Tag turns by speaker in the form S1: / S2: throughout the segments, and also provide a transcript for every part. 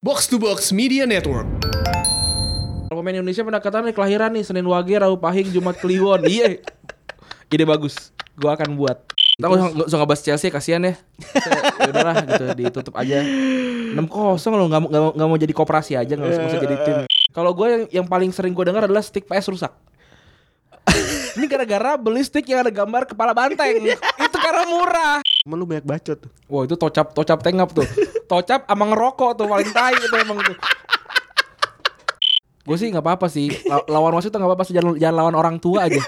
S1: Box to Box Media Network.
S2: Kalau pemain Indonesia pendekatannya kelahiran nih Senin Wage, Rabu Pahing, Jumat Kliwon. Iya. Ide bagus. Gua akan buat. Kita nggak usah ngebahas Chelsea kasihan ya. Udah lah gitu ditutup aja. 6-0 loh nggak mau- nggak mau nggak mau jadi koperasi aja nggak usah, nggak usah jadi tim. Ya. Kalau gue yang, yang paling sering gue dengar adalah stick PS rusak. Ini gara-gara beli stick yang ada gambar kepala banteng. Itu karena murah.
S3: Emang lu banyak bacot tuh.
S2: Iya. Wah itu tocap tocap tengap tuh. tocap sama ngerokok tuh paling tai itu emang tuh. Gue sih nggak apa-apa sih. La- lawan wasit tuh nggak apa-apa sih. Jangan, jangan lawan orang tua aja.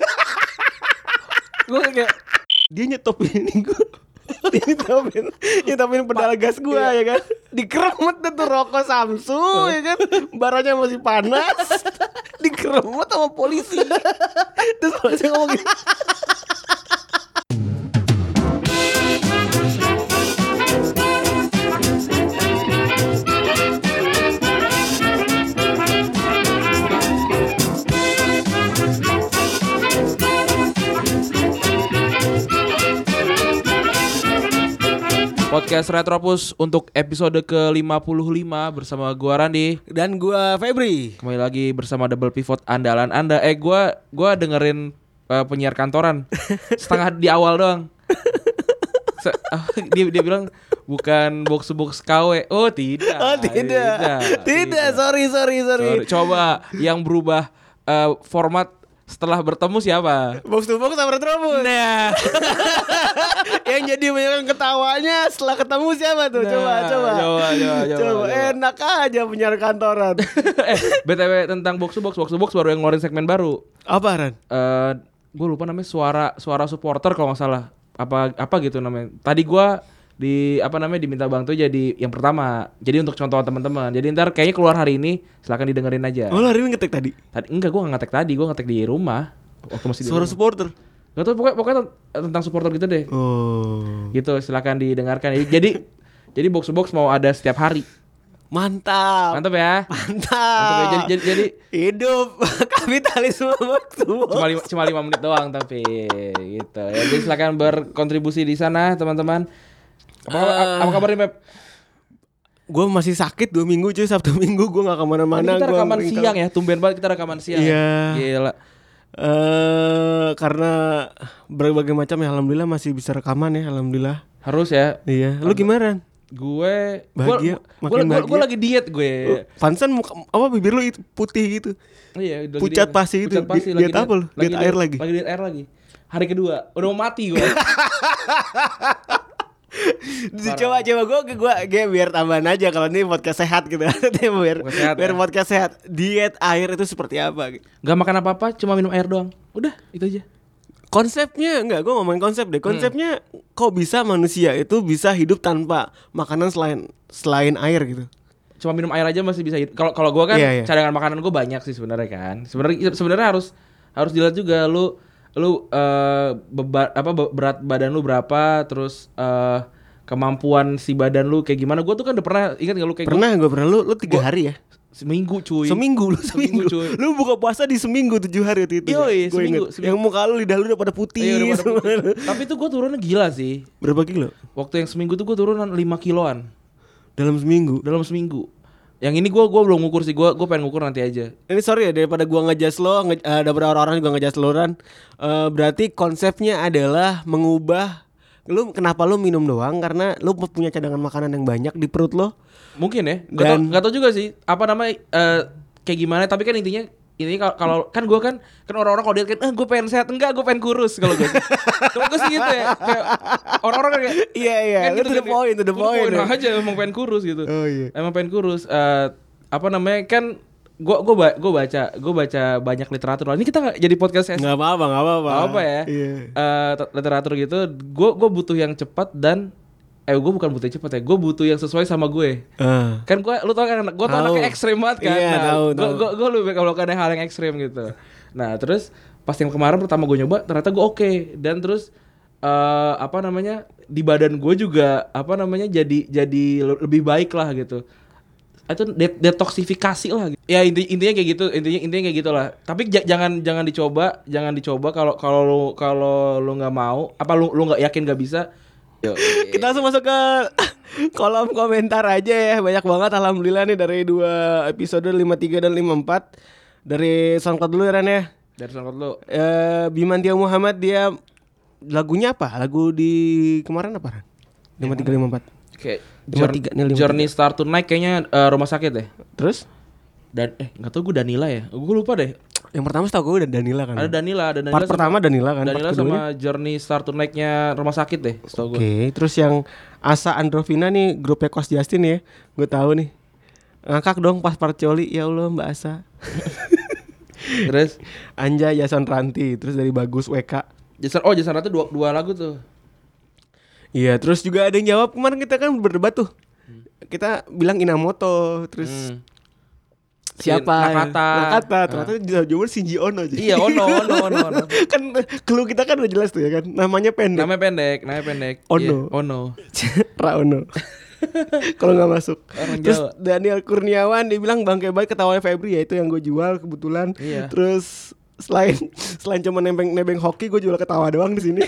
S2: Gue kayak
S3: Dia nyetopin ini gue. Dia nyetopin, nyetopin pedal gas gue ya kan. Dikeremet deh tuh rokok Samsu ya kan. Baranya masih panas. Dikeremet sama polisi. Terus polisi ngomong gini.
S2: podcast Retropus untuk episode ke-55 bersama gua Randi.
S3: Dan gue Febri.
S2: Kembali lagi bersama double pivot andalan Anda. Eh gua gua dengerin eh, penyiar kantoran setengah di awal doang. Se- ah, dia dia bilang bukan box to box KW. Oh, tidak.
S3: Oh tidak. Tidak, sorry sorry sorry.
S2: Sorry. Coba yang berubah eh, format setelah bertemu siapa?
S3: Box to box sama Retrobus
S2: Nah,
S3: Yang jadi banyak ketawanya setelah ketemu siapa tuh? coba,
S2: Nah,
S3: coba.
S2: coba, coba, coba,
S3: Coba,
S2: coba.
S3: enak aja penyiar kantoran.
S2: eh, btw tentang box to box, box to box baru yang ngeluarin segmen baru.
S3: Apa Ran?
S2: eh gue lupa namanya suara suara supporter kalau nggak salah apa apa gitu namanya. Tadi gua di apa namanya diminta bang tuh jadi yang pertama. Jadi untuk contoh teman-teman. Jadi ntar kayaknya keluar hari ini, silahkan didengerin aja.
S3: Oh lu hari ini ngetek tadi?
S2: Tadi enggak gue nggak ngetek tadi, gue ngetek di rumah waktu masih di
S3: Suara
S2: rumah.
S3: supporter.
S2: Gak tau pokoknya, pokoknya tentang supporter gitu deh.
S3: Oh.
S2: gitu silakan didengarkan Jadi- jadi jadi box to box mau ada setiap hari
S3: Mantap.
S2: mantap ya mantap ya. jadi
S3: Mantap.
S2: jadi, jadi
S3: Hidup kapitalisme waktu.
S2: cuma lima, cuma lima menit doang tapi gitu ya jadi silakan berkontribusi di sana teman-teman apa, a- apa kabar nih Pep?
S3: Gue masih sakit dua minggu cuy Sabtu minggu gue gak
S2: Tadi
S3: kemana-mana.
S2: kita
S3: gua
S2: rekaman
S3: mungkin-
S2: siang ya, tumben banget kita rekaman siang.
S3: Iya.
S2: Gila.
S3: Eh, karena berbagai macam ya alhamdulillah masih bisa rekaman ya alhamdulillah.
S2: Harus ya.
S3: Iya. Lu gimana? Ran?
S2: Gue
S3: Bahagia,
S2: gue gue-
S3: makin
S2: gue
S3: bahagia. Oh.
S2: lagi diet gue.
S3: Pansan muka, apa bibir lu itu putih gitu.
S2: Iya, lagi
S3: Pucat
S2: diet.
S3: pasti itu.
S2: Pucat pasti,
S3: Di-
S2: lagi
S3: diet apa lu? Diet air lagi?
S2: Lagi diet air lagi. Hari kedua, udah mau mati gue.
S3: Coba coba gue gue gue biar tambahan aja kalau ini podcast sehat gitu. biar
S2: Podcast sehat,
S3: biar
S2: ya.
S3: podcast sehat. Diet air itu seperti apa? gitu.
S2: Gak makan apa-apa, cuma minum air doang. Udah, itu aja.
S3: Konsepnya enggak gue ngomongin konsep
S2: Hmm.
S3: deh. Konsepnya kok bisa manusia itu bisa hidup tanpa makanan selain selain air gitu.
S2: Cuma minum air aja masih bisa hidup. Kalau kalau gua kan
S3: Iya, iya.
S2: cadangan makanan gua banyak sih sebenarnya kan. Sebenarnya sebenarnya harus harus dilihat juga lu lu eh, beba- apa be- berat badan lu berapa terus eh, kemampuan si badan lu kayak gimana. Gua tuh kan udah pernah ingat gak lu kayak gua
S3: Pernah gue pernah lu lu tiga hari ya?
S2: seminggu cuy.
S3: Seminggu lu
S2: Seminggu,
S3: seminggu.
S2: cuy.
S3: Lu buka puasa di seminggu tujuh hari waktu itu.
S2: Yoi,
S3: Gua
S2: seminggu,
S3: inget.
S2: seminggu.
S3: Yang muka lu lidah lu udah pada putih.
S2: Iya, udah pada
S3: semua.
S2: putih. Tapi itu gua turunnya gila sih.
S3: Berapa kilo?
S2: Waktu yang seminggu tuh gua turunan 5 kiloan
S3: Dalam seminggu.
S2: dalam seminggu. Yang ini gua gua belum ngukur sih. Gua gua pengen ngukur nanti aja.
S3: Ini sorry ya daripada gua ngejas lo, nge, eh, daripada orang-orang juga ngejas lo Ran. Eh, berarti konsepnya adalah mengubah lu kenapa lu minum doang karena lu punya cadangan makanan yang banyak di perut lo.
S2: Mungkin ya. Gak, tau,
S3: Dan-
S2: gak tau juga sih apa namanya eh, kayak gimana. Tapi kan intinya ini kalau kalau kan gue kan kan orang-orang kalau diet kan eh gue pengen sehat enggak gue pengen kurus kalau gue kalau gue sih gitu ya kayak orang-orang kan kayak
S3: Iya, iya. Lu to the
S2: ya.
S3: point, to the point, ya.
S2: aja emang pengen kurus gitu
S3: Oh, iya.
S2: emang pengen kurus Eh, apa namanya kan gue gue ba- gue baca gue baca banyak literatur ini kita nggak jadi podcast yang
S3: Enggak apa-apa, enggak apa-apa.
S2: apa ya
S3: Iya.
S2: Eh, t- literatur gitu gue gue butuh yang cepat dan eh gue bukan butuh yang cepat ya gue butuh yang sesuai sama gue
S3: Ah.
S2: kan gue lu tau kan gue tau
S3: Tahu.
S2: anaknya ekstrim banget kan
S3: Iya, tahu,
S2: gue
S3: tahu.
S2: gue gue lebih kalau ada hal yang ekstrim gitu nah terus pas yang kemarin pertama gue nyoba ternyata gue oke dan terus eh apa namanya di badan gue juga apa namanya jadi jadi le- lebih baik lah gitu itu de- detoksifikasi lah gitu. ya inti- intinya kayak gitu intinya intinya kayak gitulah tapi ja- jangan jangan dicoba jangan dicoba kalau kalau lu kalau lu nggak mau apa lu lu nggak yakin nggak bisa Yo.
S3: Kita langsung masuk ke kolom komentar aja ya. Banyak banget alhamdulillah nih dari dua episode 53 dan 54 dari SoundCloud dulu ya Ren ya.
S2: Dari SoundCloud lu.
S3: Eh Biman Tia Muhammad dia lagunya apa? Lagu di kemarin apa? Ren?
S2: Kayak
S3: 53 54. Lima
S2: jour-
S3: tiga, nih, lima
S2: Journey Start to Night kayaknya eh, rumah sakit deh.
S3: Terus
S2: Dan eh nggak tahu gue Danila ya. Gue lupa deh.
S3: yang pertama setahu gue Danila kan.
S2: Ada Danila, ada Danila.
S3: part
S2: sama-
S3: pertama Danila kan.
S2: Danila
S3: part
S2: sama
S3: keduanya.
S2: Journey Start to Night-nya rumah sakit deh, setahu
S3: Oke,
S2: gue.
S3: terus yang Asa Androvina nih grupnya Kos Justin ya. Gue tahu nih. Ngakak dong pas Parcioli, ya Allah Mbak Asa.
S2: Terus
S3: Anja Jason Ranti, terus dari Bagus WK.
S2: Jason oh Jason Ratu dua, dua lagu tuh.
S3: Iya, terus juga ada yang jawab kemarin kita kan berdebat tuh. Kita bilang Inamoto, terus
S2: Hmm. Si
S3: siapa?
S2: Nakata.
S3: Nakata. Ternyata jawaban Shinji Ono. Ji.
S2: Iya, Ono, Ono, Ono, Ono.
S3: kan clue kita kan udah jelas tuh ya kan. Namanya pendek.
S2: Namanya pendek, namanya pendek.
S3: Ono.
S2: Iya, ono.
S3: Ra Ono. Kalau nggak masuk.
S2: Orang
S3: Terus
S2: Jawa.
S3: Daniel Kurniawan dibilang bangke banget ketawanya Febri ya itu yang gue jual kebetulan.
S2: Iya.
S3: Terus selain selain cuma nebeng nebeng hoki gue jual ketawa doang di sini.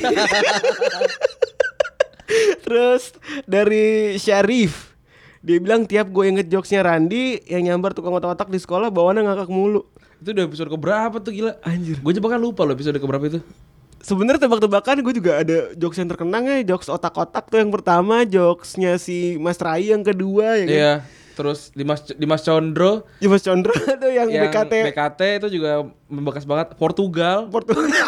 S3: Terus dari Syarif dia bilang tiap gue inget jokesnya Randi yang nyambar tukang otak-otak di sekolah bawaannya ngakak mulu.
S2: Itu udah episode keberapa tuh gila?
S3: Anjir.
S2: Gue juga kan lupa loh episode keberapa itu.
S3: Sebenarnya tebak-tebakan gue juga ada jokes yang terkenang ya jokes otak-otak tuh yang pertama jokesnya si Mas Rai yang kedua ya kan?
S2: Iya. Terus Dimas Dimas Condro
S3: Dimas Chandra tuh yang,
S2: yang
S3: BKT
S2: BKT itu juga membekas banget Portugal,
S3: Portugal.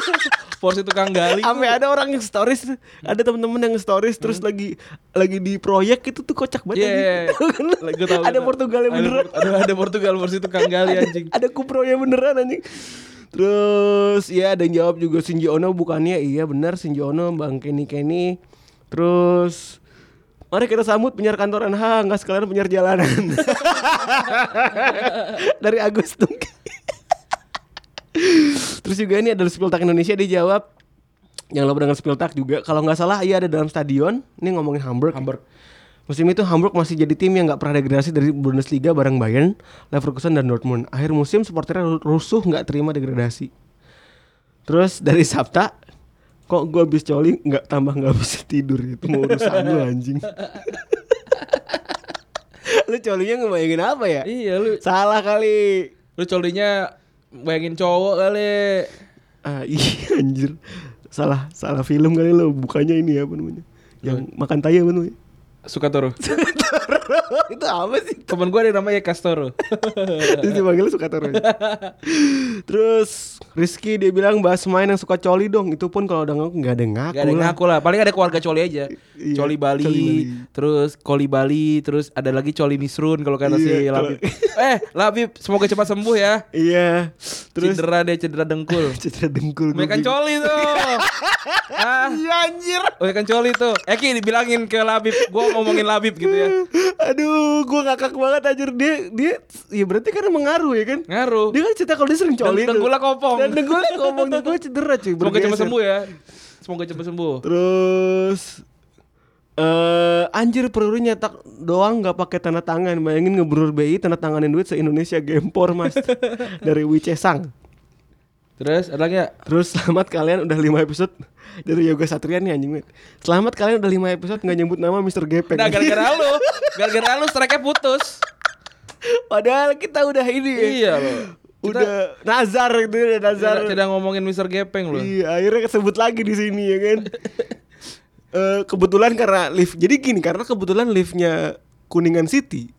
S2: porsi tukang gali.
S3: Sampai ada orang yang stories, ada temen-temen yang stories terus lagi lagi di proyek itu tuh kocak banget.
S2: Hmm. Iya.
S3: anjing. Tahu kan lu?
S2: Gua tahu,
S3: ada
S2: gua tahu.
S3: Portugal yang
S2: Ada-
S3: beneran.
S2: Ada ada Portugal versi tukang gali anjing.
S3: Ada kupro yang beneran anjing. Terus ya ada yang jawab juga Shinji Ono bukannya iya benar Shinji Ono Bang Kenny Kenny. Terus Mari kita sambut penyiar kantoran ha nggak sekalian penyiar jalanan dari Agus Tungki. Terus juga ini ada Spiltak Indonesia dijawab yang lo dengan Spiltak juga kalau nggak salah iya ada dalam stadion ini ngomongin Hamburg
S2: Hamburg.
S3: Musim itu Hamburg masih jadi tim yang nggak pernah degradasi dari Bundesliga bareng Bayern, Leverkusen dan Dortmund. Akhir musim supporternya ru- rusuh nggak terima degradasi. Terus dari Sabta, kok gue habis coli nggak tambah nggak bisa tidur itu mau urusan lu anjing. lu colinya ngebayangin apa ya?
S2: Iya lu
S3: Salah kali.
S2: lu colinya bayangin cowok kali.
S3: Ah, iya anjir. Salah, salah film kali lo bukannya ini ya apa namanya? Yang makan tai apa namanya?
S2: Suka toro.
S3: itu apa sih?
S2: Temen gue ada yang namanya Castoro.
S3: Terus dipanggil suka taruh aja. Terus Rizky dia bilang bahas main yang suka coli dong. Itu pun kalau udah ngaku nggak ada ngaku
S2: Gak ada yang
S3: lah.
S2: ngaku lah. Paling ada keluarga coli aja.
S3: Iya,
S2: Coli Bali,
S3: coli Bali.
S2: terus Koli Bali, terus ada lagi coli Misrun kalau kata si
S3: Iya,
S2: Labib. eh, Labib, semoga cepat sembuh ya.
S3: Iya. Terus
S2: cedera deh, cedera dengkul.
S3: cedera dengkul gue
S2: Mereka
S3: bingung.
S2: coli tuh. ah,
S3: Iya anjir.
S2: mereka coli tuh. Eki dibilangin ke Labib, gua ngomongin Labib gitu ya.
S3: Aduh, gua ngakak banget anjir dia dia ya berarti kan mengaruh ya kan?
S2: Ngaruh.
S3: Dia kan cerita kalau dia sering
S2: Deng-
S3: coli. tuh.
S2: dengkulnya kopong.
S3: Dan dengkulnya kopong dengkulnya cedera cuy.
S2: Semoga cepat
S3: bergeser.
S2: sembuh ya. Semoga cepat sembuh.
S3: Terus eh anjir perlu nyetak doang nggak pakai tanda tangan. Bayangin ngebrur BI tanda tanganin duit se-Indonesia gempor, Mas. dari Wicesang.
S2: Terus ada lagi ya?
S3: Terus selamat kalian udah 5 episode dari Yoga Satria nih anjing. Mit. Selamat kalian udah 5 episode nggak nyebut nama Mr. Gepeng.
S2: Nah, gara-gara lu, gara-gara lu strike putus.
S3: Padahal kita udah ini. ya.
S2: iya loh. Kita- Iya,
S3: Udah nazar gitu udah nazar.
S2: Tidak, tidak ngomongin Mister Gepeng loh.
S3: Iya, akhirnya kesebut lagi di sini ya kan. Eh, kebetulan karena lift. Jadi gini, karena kebetulan liftnya Kuningan City.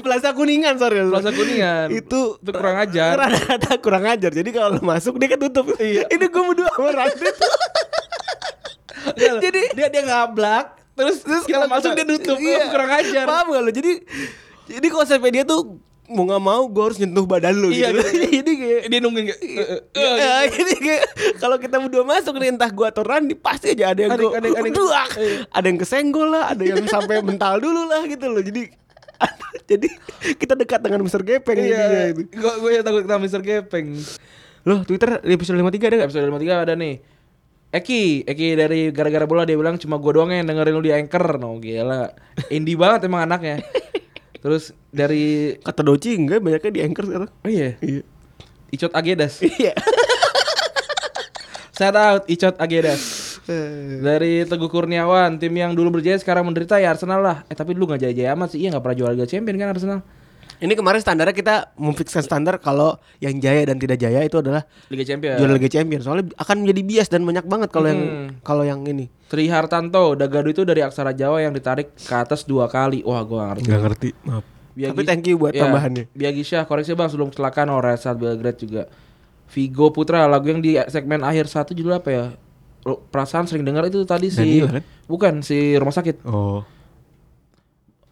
S3: Plaza Kuningan sorry
S2: Plaza Kuningan.
S3: Itu,
S2: Itu kurang ajar. Iya.
S3: Rata-rata kurang ajar Jadi kalau lo masuk dia ketutup Ini gue berdua sama Radit
S2: Jadi Iya. dia dia ngablak, terus terus kalau masuk dia nutup,
S3: Iya.
S2: kurang ajar.
S3: Paham gak lo? Jadi Jadi konsepnya dia tuh Mau gak mau gue harus nyentuh badan lo
S2: Iya,
S3: gitu.
S2: gitu.
S3: Jadi kayak
S2: Dia nungguin kayak, eh, eh, eh, gitu.
S3: Ya, jadi kayak kalau kita berdua masuk nih entah gua atau Randi pasti aja ada yang
S2: Ada-
S3: gua-
S2: ada- ada yang-
S3: Duak!
S2: iya.
S3: ada yang kesenggol lah, ada yang sampai mental dulu lah gitu loh. Jadi jadi kita dekat dengan Mr. Gepeng
S2: Iya,
S3: jadinya itu.
S2: gue gue ya takut sama Mister Gepeng.
S3: Loh, Twitter di episode 53 ada nggak?
S2: Episode 53 ada nih. Eki, Eki dari gara-gara bola dia bilang cuma gue doang yang dengerin lu di anchor, no gila. Indie banget emang anaknya. Terus dari
S3: Kata Doci enggak banyaknya di anchor sekarang.
S2: oh iya,
S3: Iya.
S2: Icot Agedas.
S3: Iya.
S2: Shout out Icot Agedas.
S3: Eh.
S2: Dari Teguh Kurniawan, tim yang dulu berjaya sekarang menderita ya Arsenal lah. Eh tapi dulu nggak jaya-jaya amat sih, iya nggak pernah juara Liga Champion kan Arsenal.
S3: Ini kemarin standarnya kita memfixkan standar kalau yang jaya dan tidak jaya itu adalah
S2: Liga Champion.
S3: juara Liga Champions. Soalnya akan menjadi bias dan banyak banget kalau yang kalau yang ini.
S2: Tri Hartanto, Dagadu itu dari aksara Jawa yang ditarik ke atas dua kali. Wah, gua nggak ngerti. Iya.
S3: Gak ngerti, maaf. Tapi thank you buat tambahannya.
S2: Biagi Syah, koreksi bang sebelum kecelakaan oh, Red saat Belgrade juga. Vigo Putra, lagu yang di segmen akhir satu judul apa ya? Lo- Perasaan sering dengar itu tadi si
S1: Daniel, kan?
S2: bukan si rumah sakit.
S1: Oh.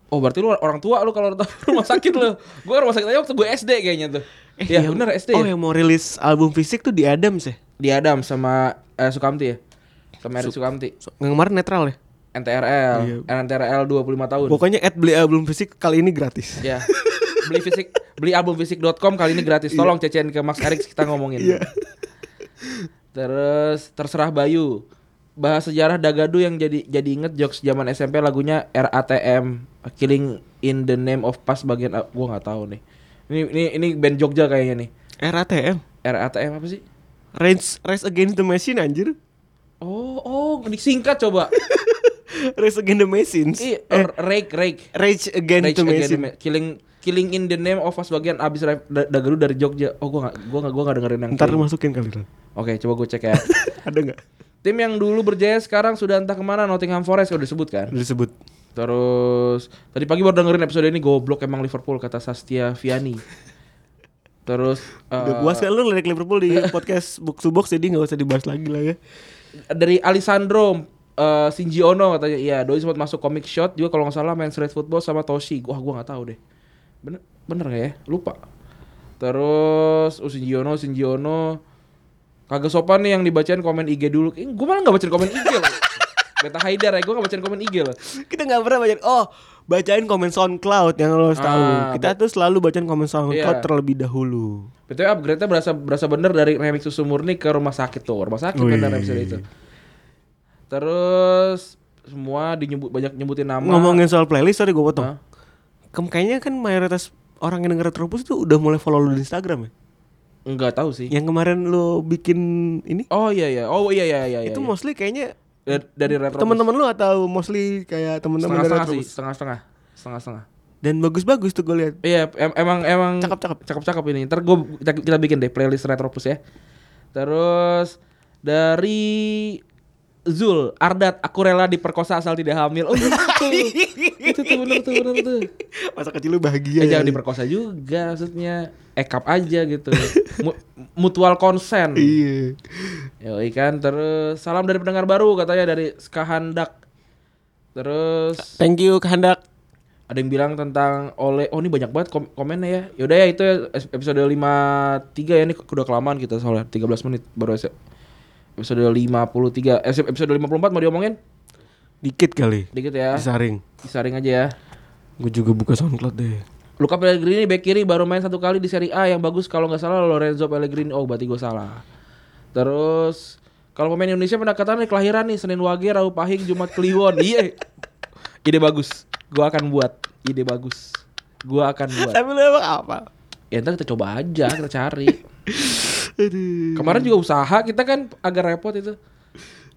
S2: Oh berarti lu orang tua lu kalau tahu rumah sakit lu. Gue rumah sakit aja waktu gue SD kayaknya tuh. ya
S3: yang-
S2: bener SD.
S3: Oh,
S2: ya?
S3: yang mau rilis album fisik tuh di Adams ya.
S2: Di Adam sama eh, Sukamti ya. Sama Erick Sukamti.
S3: So- Yang kemarin netral ya.
S2: NTRL, NTRL 25 tahun.
S3: Iya. Pokoknya ad beli album fisik kali ini gratis.
S2: Ya. Beli fisik, beli album fisik.com kali ini gratis.
S3: Iya.
S2: Tolong cecein ke Max Eriks kita ngomongin. Terus terserah Bayu. Bahas sejarah Dagadu yang jadi jadi inget jokes zaman SMP lagunya RATM Killing in the Name of Past bagian a- gua nggak tahu nih. Ini ini ini band Jogja kayaknya nih.
S3: RATM.
S2: RATM apa sih?
S3: Race Race Against the Machine anjir.
S2: Oh, oh, disingkat coba.
S3: Race Against the Machines.
S2: Iya,
S3: Eh,
S2: Rake Rake.
S3: Rage Against
S2: Rage
S3: the
S2: Against the
S3: Machine.
S2: Ma- Killing Killing in the Name of Us bagian abis Ra- Da- Dagadu dari Jogja. Oh gua gak, gua gak, gua gak dengerin yang
S3: Ntar
S2: Killing.
S3: lu masukin kali Ran.
S2: Oke, coba gue cek ya.
S3: Ada nggak?
S2: Tim yang dulu berjaya sekarang sudah entah kemana Nottingham Forest udah disebut kan.
S3: Udah disebut.
S2: Terus tadi pagi baru dengerin episode ini goblok emang Liverpool kata Sastia Viani. Terus eh,
S3: Udah puas kan lu lirik Liverpool di podcast box to box jadi nggak usah dibahas lagi lah ya.
S2: dari Alessandro eh, Shinji Ono katanya iya Doi sempat masuk comic shot juga kalau nggak salah main street football sama Toshi wah gua nggak tahu deh bener bener nggak ya lupa terus oh, Shinji Ono Shinji Ono kagak sopan nih yang dibacain komen IG dulu eh, gue malah nggak bacain komen IG loh Beta Haidar ya gue nggak bacain komen IG loh
S3: Kita nggak pernah bacain. Oh, bacain komen SoundCloud yang lo harus tahu.
S2: Ah,
S3: Kita tuh selalu bacain komen
S2: Iya.
S3: SoundCloud terlebih dahulu.
S2: Btw upgrade-nya berasa berasa bener dari remix susu murni ke rumah sakit tuh rumah sakit kan dalam episode itu terus semua dinyebut banyak nyebutin nama
S3: Ngomongin soal playlist, sorry gue potong.
S2: Hah?
S3: Kem- kayaknya kan mayoritas orang yang denger Retropus tuh udah mulai follow lu di Instagram ya.
S2: nggak tahu sih
S3: Yang kemarin lu bikin ini
S2: Oh iya iya. Oh iya iya iya.
S3: itu
S2: iya.
S3: mostly kayaknya
S2: Da- dari retro.
S3: teman-teman lu atau mostly kayak teman-teman dari
S2: setengah-setengah sih,
S3: Retropus.
S2: setengah-setengah. Setengah-setengah.
S3: Dan bagus-bagus tuh gue lihat.
S2: Iya, em- emang emang
S3: Cakep-cakep.
S2: Cakep-cakep ini. Ntar gua kita, kita bikin deh playlist Retropus ya. Terus dari Zul, Ardat, aku rela diperkosa asal tidak hamil. Oh, iya, itu, itu tuh bener tuh bener tuh.
S3: Masa kecil lu
S2: Eh,
S3: bahagia.
S2: jangan diperkosa juga maksudnya. Ekap aja gitu. Mu- mutual consent.
S3: Iya.
S2: Yo ikan kan, terus salam dari pendengar baru katanya dari Skahandak. Terus
S3: Thank you kehendak.
S2: ada yang bilang tentang oleh oh ini banyak banget kom- komennya ya. Yaudah ya itu ya es- episode 53 ya ini udah kelamaan kita soalnya 13 menit baru es- episode 53. Eh, episode 54 mau diomongin?
S3: Dikit kali.
S2: Dikit ya.
S3: Disaring.
S2: Disaring aja ya.
S3: Gue juga buka SoundCloud deh.
S2: Luka Pellegrini back kiri baru main satu kali di Serie A yang bagus kalau nggak salah Lorenzo Pellegrini. Oh berarti gue salah. Terus kalau pemain Indonesia pendekatannya kelahiran nih Senin Wage, Rabu Pahing, Jumat Kliwon. Iya. Ide bagus. Gua akan buat. Ide bagus. Gua akan buat.
S3: Tapi lu emang apa?
S2: Ya ntar kita coba aja, kita cari. Kemarin juga usaha kita kan agak repot itu.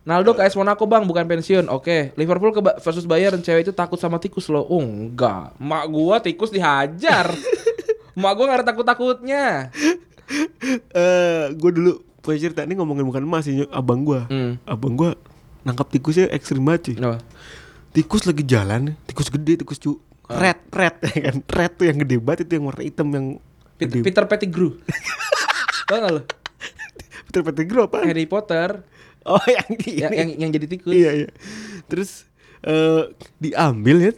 S2: Naldo ke AS Monaco bang, bukan pensiun. Oke, Liverpool ke Ba- versus Bayern, cewek itu takut sama tikus loh. Oh enggak, mak gua tikus dihajar. mak gua gak ada takut-takutnya.
S3: Eh, gue dulu punya cerita ini ngomongin bukan emas sih, nyok- abang gua.
S2: Hmm.
S3: Abang gua nangkap tikusnya ekstrim banget cuy.
S2: Kenapa?
S3: Tikus lagi jalan, tikus gede, tikus cu.
S2: Ah.
S3: Red, red, ya kan? Red tuh yang gede banget itu yang warna hitam yang
S2: Pit-
S3: gede.
S2: Peter Pettigrew. Tau gak lo?
S3: Peter Pettigrew apa?
S2: Harry Potter
S3: Oh yang di
S2: yang,
S3: ini.
S2: Ya, yang yang jadi tikus.
S3: Iya iya. Terus eh diambil ya.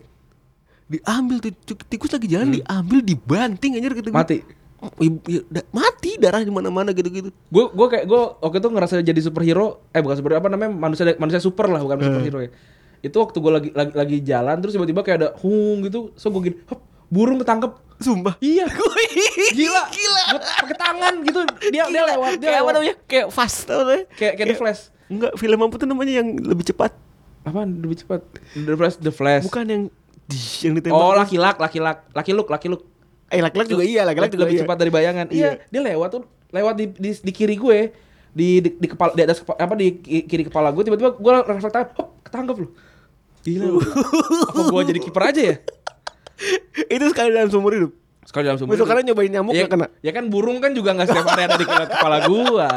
S3: Diambil tuh cu- tikus lagi jalan diambil dibanting anjir gitu.
S2: Hmm. Mati.
S3: Ibu- ya, da- mati darah di mana-mana gitu, gitu-gitu.
S2: Gue gue kayak gue waktu itu ngerasa jadi superhero, eh bukan superhero apa namanya manusia manusia super lah
S3: Eh.
S2: bukan superhero ya. Itu waktu gue lagi, lagi lagi jalan terus tiba-tiba kayak ada hung gitu, so gue gini, hop, burung ketangkep.
S3: Sumpah.
S2: Iya, gila, gila. Gue pakai tangan gitu, dia dia lewat, dia
S3: kayak apa
S2: lewat.
S3: namanya? Kayak fast tau namanya.
S2: Kayak kayak The Flash.
S3: Enggak, film apa tuh namanya yang lebih cepat?
S2: Apaan lebih cepat? The Flash, The Flash.
S3: Bukan yang Dih, yang ditembak.
S2: Oh, laki lak, laki lak, laki luk, laki luk.
S3: Eh laki-laki juga iya, laki-laki juga
S2: lebih
S3: iya.
S2: cepat dari bayangan. Iya, dia lewat tuh, lewat di di, di kiri gue. di, di, di kepala di atas kepa- apa di ki- kiri kepala gue tiba-tiba gue refleks tangan, hop, ketangkep loh. Gila lu. apa gue jadi kiper aja ya?
S3: Itu sekali dalam seumur hidup.
S2: Sekali dalam sumber.
S3: Besokannya nyobain nyamuk
S2: ya,
S3: nggak kena.
S2: ya kan burung kan juga nggak setiap hari ada di kepala, kepala gua.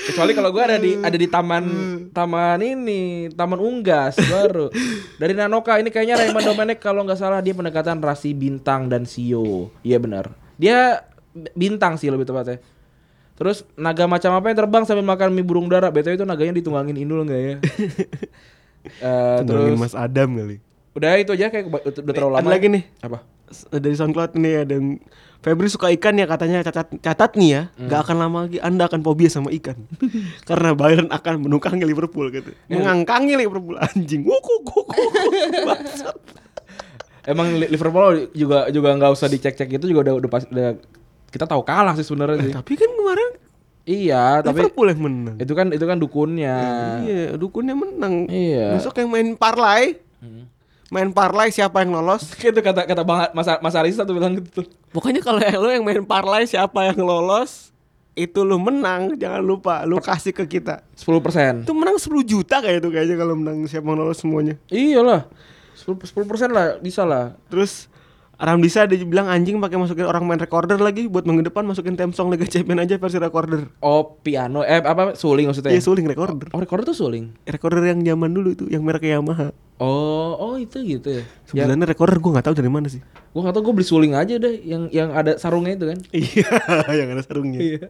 S2: Kecuali kalau gua ada di
S3: Hmm.
S2: ada di taman taman ini, taman unggas baru. Dari Nanoka ini kayaknya Raymond Domenech kalau nggak salah dia pendekatan rasi bintang dan sio. Iya benar. Dia b- bintang sih lebih tepatnya. Terus naga macam apa yang terbang sambil makan mie burung dara? Betul itu naganya ditunggangin Indul nggak ya? Eh, terus
S3: Tunangin Mas Adam kali.
S2: udah itu aja kayak keba- udah terlalu
S3: Ada
S2: lama. ya.
S3: lagi nih.
S2: Apa?
S3: S- Dari SoundCloud nih ada yang Febri suka ikan ya katanya catat catat nih ya nggak akan lama lagi Anda akan fobia sama ikan karena Bayern akan menungkangi Liverpool gitu mengangkangi Liverpool anjing wuk wuk wuk wuk, wuk. Bangsat.
S2: Emang Li- Liverpool juga juga nggak usah dicek-cek itu juga udah udah, pas, udah kita tahu kalah sih sebenarnya sih.
S3: tapi kan kemarin
S2: Iya, tapi
S3: Liverpool yang menang
S2: itu kan itu kan dukunnya.
S3: iya dukunnya menang
S2: Iya.
S3: besok yang main parlay main parlay siapa yang lolos
S2: itu kata kata Bang Mas Mas Arista tuh bilang gitu.
S3: Pokoknya kalau lo yang main parlay siapa yang lolos itu lu menang jangan lupa lu kasih ke kita
S2: 10 persen.
S3: itu menang 10 juta kayak itu kayaknya kalau menang siapa yang lolos semuanya
S2: Iya lah. 10 persen lah bisa lah.
S3: terus Ramdisa ada bilang anjing pakai masukin orang main recorder lagi buat minggu depan masukin theme song Liga Champion aja versi recorder
S2: Oh piano eh apa suling maksudnya?
S3: Iya suling recorder
S2: Oh recorder tuh suling.
S3: recorder yang zaman dulu itu yang mereknya Yamaha
S2: Oh oh itu gitu ya. ya
S3: sebenarnya recorder gua nggak tahu dari mana sih
S2: gue nggak tau gue beli suling aja deh yang yang ada sarungnya itu kan.
S3: iya yang ada sarungnya Iya.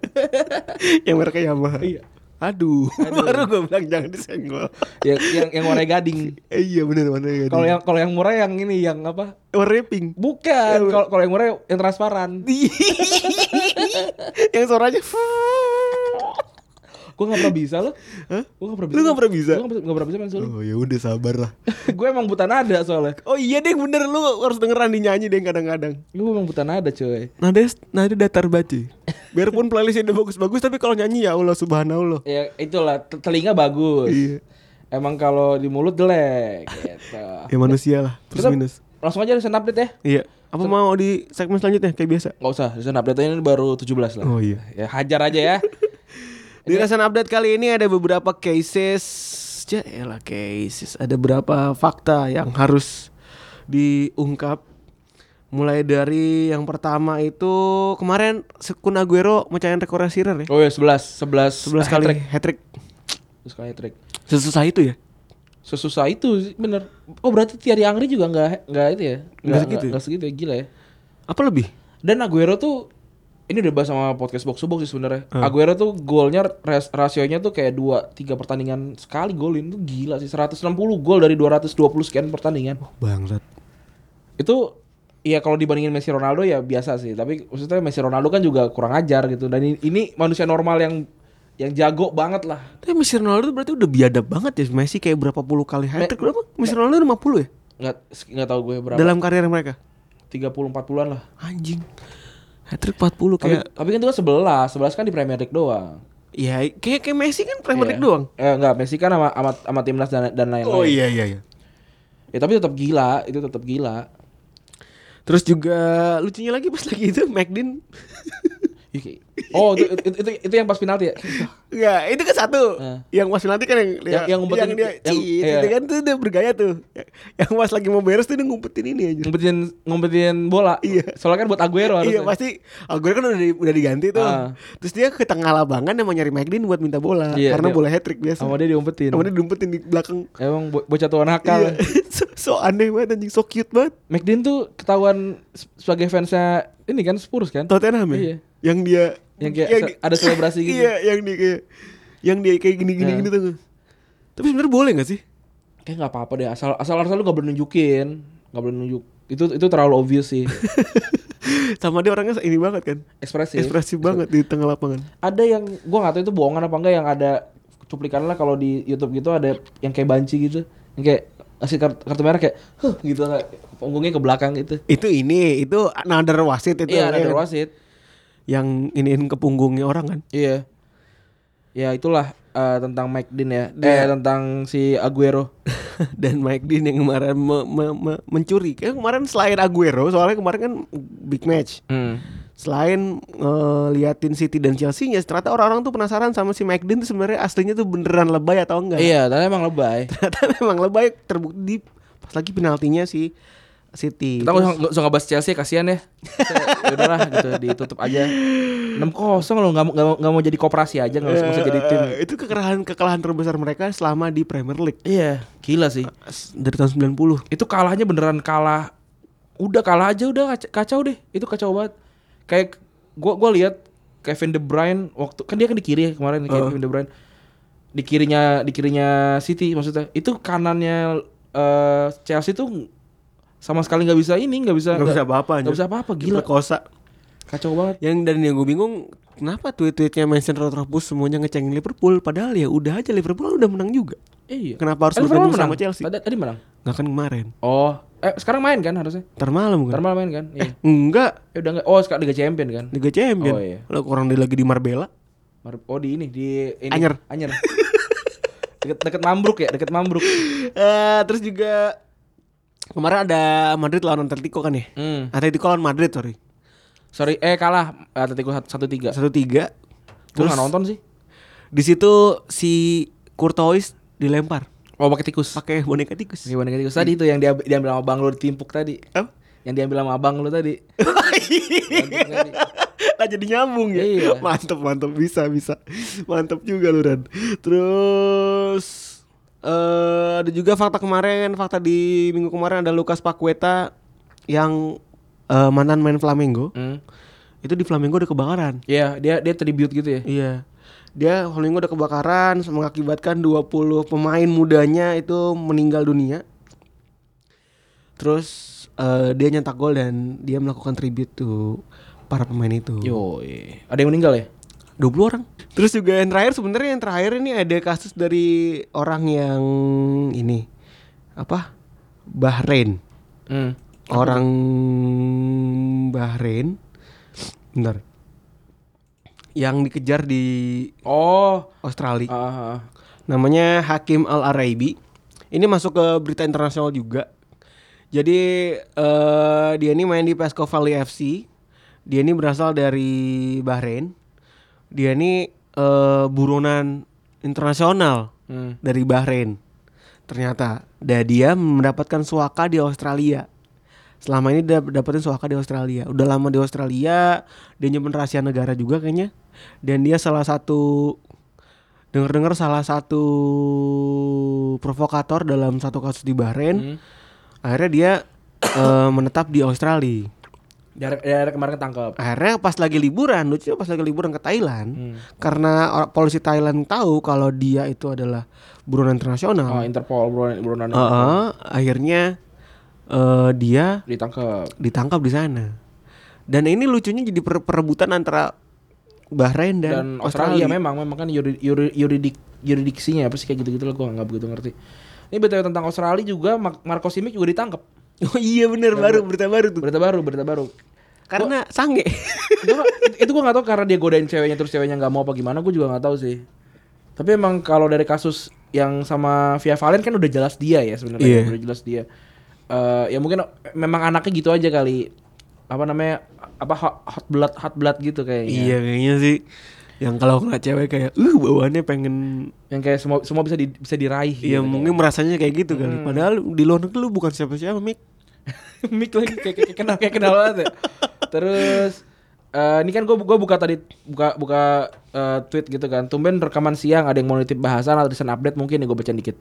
S3: yang mereknya Yamaha
S2: Iya.
S3: aduh, baru gua bilang jangan disenggol
S2: Ya, yang yang warna gading.
S3: Eh, iya bener bener
S2: Kalau yang kalau yang murah yang ini yang apa?
S3: warnanya pink
S2: Bukan, kalau kalau yang murah yang transparan.
S3: yang suaranya
S2: Gue gak pernah bisa loh.
S3: Hah?
S2: Gue gak pernah
S3: Lu nggak pernah bisa?
S2: Gue gak, pernah bisa main suling.
S3: oh ya udah sabar lah
S2: gue emang buta nada soalnya.
S3: oh iya deh bener lu harus dengeran dinyanyi deh kadang-kadang
S2: Gue emang buta nada coy.
S3: nada nada nah, datar baci biarpun playlistnya udah bagus-bagus tapi kalau nyanyi ya Allah subhanallah
S2: Ya itulah te- telinga bagus.
S3: Iya.
S2: Emang kalau di mulut jelek gitu.
S3: ya manusia lah plus
S2: Kita
S3: minus
S2: Langsung aja recent update ya.
S3: iya apa mau di segmen selanjutnya kayak biasa
S2: Gak usah, recent update ini baru 17 lah.
S3: Oh, iya.
S2: Ya hajar aja ya.
S3: Di Rasan Update kali ini ada beberapa cases Ya elah cases Ada beberapa fakta yang harus diungkap Mulai dari yang pertama itu Kemarin Kun Aguero mecahin rekor Shearer ya
S2: Oh ya 11, 11
S3: 11 kali hat-trick
S2: Terus Nah, kali trick.
S3: Sesusah itu ya?
S2: Sesusah itu sih, bener. Oh berarti Thierry Angri juga nggak nggak itu ya?
S3: Nggak segitu ya?
S2: Nggak segitu ya gila ya.
S3: Apa lebih?
S2: Dan Aguero tuh ini udah bahas sama podcast box to box sih sebenarnya.
S3: Hmm.
S2: Aguero tuh golnya ras rasionya tuh kayak 2 3 pertandingan sekali golin tuh gila sih. 160 gol dari 220 sekian pertandingan.
S3: Bangsat
S2: Itu ya kalau dibandingin Messi Ronaldo ya biasa sih, tapi maksudnya Messi Ronaldo kan juga kurang ajar gitu. Dan ini, ini manusia normal yang yang jago banget lah.
S3: Tapi Messi Ronaldo berarti udah biadab banget ya Messi kayak berapa puluh kali hat-trick Berapa? Messi Ronaldo 50 ya?
S2: Nggak nggak tahu gue berapa.
S3: Dalam karir mereka
S2: 30 40-an lah.
S3: Anjing Hat-trick 40
S2: Tapi,
S3: kayak
S2: tapi kan itu kan 11, 11 kan di Premier League doang.
S3: Ya kayak, kayak Messi kan Premier League doang
S2: Eh enggak, Messi kan sama sama, sama timnas dan dan lain-lain.
S3: Oh iya iya iya
S2: Ya tapi tetap gila, itu tetap gila.
S3: Terus juga lucunya lagi pas lagi itu McDin
S2: Ih, kayak- Oh, itu, itu, itu, itu yang pas penalti ya?
S3: Ya itu kan satu
S2: Nah.
S3: Yang pas nanti kan yang
S2: Yang- yang ngumpetin-
S3: dia
S2: yang-
S3: cit,
S2: iya.
S3: gitu kan tuh dia bergaya tuh Yang pas lagi mau beres tuh dia ngumpetin ini aja
S2: Ngumpetin ngumpetin bola.
S3: Iya.
S2: Soalnya kan buat Aguero
S3: Iya
S2: harusnya.
S3: pasti Aguero kan udah, di- udah diganti tuh
S2: Ah.
S3: Terus dia ke tengah lapangan yang mau nyari McDin buat minta bola
S2: Iya,
S3: Karena
S2: dia-
S3: bola hat-trick biasa
S2: Sama dia diumpetin.
S3: Sama dia diumpetin di belakang
S2: Emang bo- bocah tua nakal.
S3: Iya. so, so aneh banget anjing So cute banget
S2: McDean tuh ketahuan se- sebagai fansnya ini kan Spurs kan?
S3: Tottenham ya
S2: Iya.
S3: Yang dia
S2: Yang kayak se-
S3: di-
S2: ada selebrasi gitu.
S3: Iya yang dia kayak Yang dia kayak gini-gini
S2: Nah.
S3: gitu tuh Tapi sebenarnya boleh gak sih?
S2: Kayak nggak apa-apa deh. Asal asal asal lu nggak boleh nunjukin, nggak boleh nunjuk. Itu itu terlalu obvious sih.
S3: sama dia orangnya ini banget kan
S2: Ekspresif.
S3: ekspresif banget di tengah lapangan
S2: ada yang gua nggak tahu itu bohongan apa enggak yang ada cuplikan lah kalau di YouTube gitu ada yang kayak banci gitu yang kayak kasih kartu, kartu merah kayak huh gitu lah punggungnya ke belakang gitu
S3: itu ini itu another wasit itu
S2: iya ada
S3: ya kan?
S2: wasit
S3: yang iniin ke punggungnya orang kan
S2: iya ya itulah eh, tentang Mike Dean ya eh tentang si Aguero
S3: dan Mike Dean yang kemarin me- me- me- mencuri kayak kemarin selain Aguero soalnya kemarin kan big match
S2: hmm.
S3: selain ngeliatin City dan Chelsea-nya ternyata orang-orang tuh penasaran sama si McDean tuh sebenarnya aslinya tuh beneran lebay atau enggak.
S2: Iya, ternyata emang lebay.
S3: Ternyata memang lebay terbukti di- pas lagi penaltinya si City.
S2: Kita nggak nggak usah ngebahas Chelsea kasihan ya. Udah lah gitu ditutup aja. 6-0 loh nggak mau nggak mau- nggak mau jadi koperasi aja nggak usah nggak usah jadi tim.
S3: Eh, itu kekerahan kekalahan terbesar mereka selama di Premier League
S2: Iya, gila sih.
S3: S- dari tahun 90.
S2: Itu kalahnya beneran kalah. Udah kalah aja udah kac- kacau deh. Itu kacau banget. Kayak gua gua lihat Kevin De Bruyne waktu kan dia kan di kiri ya kemarin Kevin De Bruyne di kirinya di kirinya City maksudnya. Itu kanannya eh, Chelsea tuh sama sekali nggak bisa ini nggak bisa
S3: Enggak bisa apa-apa
S2: nggak bisa apa-apa gila
S3: Kosa.
S2: kacau banget
S3: Yang dan yang gue bingung kenapa tweet-tweetnya Mason Rotropus semuanya ngecengin Liverpool padal ya udah aja Liverpool udah menang juga.
S2: Iya.
S3: Kenapa harus
S2: Eh, Liverpool
S3: bertemu sama
S2: menang?
S3: Chelsea?
S2: Tadi, tadi menang.
S3: Nggak kan kemarin.
S2: Oh, eh sekarang main kan harusnya?
S3: Ntar malam
S2: Ntar
S3: kan?
S2: malam main kan? Iya.
S3: Enggak,
S2: Eh udah enggak. Oh, sekarang Liga Champion kan?
S3: Liga Champion.
S2: Oh, iya.
S3: Lah kurang dia lagi di Marbella.
S2: Mar- Oh, di ini di ini.
S3: Anyer.
S2: Anyer. deket deket Mambruk ya, deket Mambruk.
S3: Eh terus juga kemarin ada Madrid lawan Atletico kan ya?
S2: Hmm.
S3: Atletico lawan Madrid sorry.
S2: Sorry, eh kalah Atletico 1-3.
S3: Satu tiga.
S2: Gue enggak Iya. nonton sih.
S3: Di situ si Courtois dilempar
S2: Oh, pakai tikus.
S3: pakai boneka tikus.
S2: Gimana tikus tadi itu yang dia diambil sama abang lu ditimpuk tadi.
S3: Apa?
S2: Yang diambil sama abang lu tadi.
S3: lah jadi nyambung ya.
S2: Iya.
S3: Mantep mantep bisa bisa. Mantep juga lu Ran. Terus eh ada juga fakta kemarin, fakta di minggu kemarin ada Lukas Paqueta yang eh, mantan main Flamengo.
S2: Hmm.
S3: Itu di Flamengo udah kebakaran.
S2: Iya, dia dia tribute gitu ya.
S3: Iya. Dia Flamengo udah kebakaran mengakibatkan 20 pemain mudanya itu meninggal dunia. Terus eh, dia nyetak gol dan dia melakukan tribute tuh para pemain itu.
S2: Yo, ada yang meninggal ya?
S3: 20 orang. Terus juga yang terakhir sebenarnya yang terakhir ini ada kasus dari orang yang ini apa? Bahrain.
S2: Hmm.
S3: Orang Bahrain. Bentar. Yang dikejar di
S2: Oh,
S3: Australia.
S2: ah, ah, ah.
S3: namanya Hakim Al Araibi. Ini masuk ke berita internasional juga. Jadi eh, dia ini main di Pasco Valley FC. Dia ini berasal dari Bahrain. Dia ini eh, buronan internasional
S2: Hmm.
S3: dari Bahrain. Ternyata dan dia mendapatkan suaka di Australia. Selama ini dia dapetin suaka di Australia. Udah lama di Australia, dia nyimpen rahasia negara juga kayaknya. Dan dia salah satu denger-dengar salah satu provokator dalam satu kasus di Bahrain. Akhirnya dia eh, menetap di Australia.
S2: Daerah, daerah kemarin ketangkep.
S3: Akhirnya pas lagi liburan, lucunya pas lagi liburan ke Thailand, karena or- polisi Thailand tahu kalau dia itu adalah buruan internasional.
S2: Oh, Interpol buruan buruan
S3: Heeh, akhirnya eh,
S2: Ah.
S3: dia
S2: ditangkep.
S3: ditangkap di sana. Dan ini lucunya jadi per- perebutan antara Bahrain dan,
S2: Dan Australia, memang memang kan yuri, yuri, yuridik, yuridiksinya ya, apa sih kayak gitu-gitu lah gua nggak begitu ngerti. Ini btw tentang Australia juga Mar- Marco Simic juga ditangkep.
S3: Oh iya bener baru berita baru tuh.
S2: Berita baru, berita baru.
S3: Karena sange.
S2: itu, itu gue nggak tahu karena dia godain ceweknya terus ceweknya nggak mau apa gimana gue juga nggak tahu sih. Tapi emang kalau dari kasus yang sama Via Valen kan udah jelas dia ya sebenarnya
S3: Iya.
S2: udah jelas dia. Eh, ya mungkin memang anaknya gitu aja kali apa namanya apa hot, hot blood hot blood gitu kayaknya.
S3: iya kayaknya sih. Yang kalau kena cewek kayak uh bawaannya pengen
S2: yang kayak semua semua bisa di, bisa diraih
S3: Iya
S2: gitu.
S3: mungkin merasanya kayak gitu
S2: Hmm.
S3: kali. Padahal di luar negeri lu bukan siapa-siapa, Mik.
S2: Mik lagi kayak, kayak, kayak kenal kayak kenal banget ya. terus eh, ini kan gue gua buka tadi buka buka eh, tweet gitu kan tumben rekaman siang ada yang mau nitip bahasan atau desain update mungkin nih gue baca dikit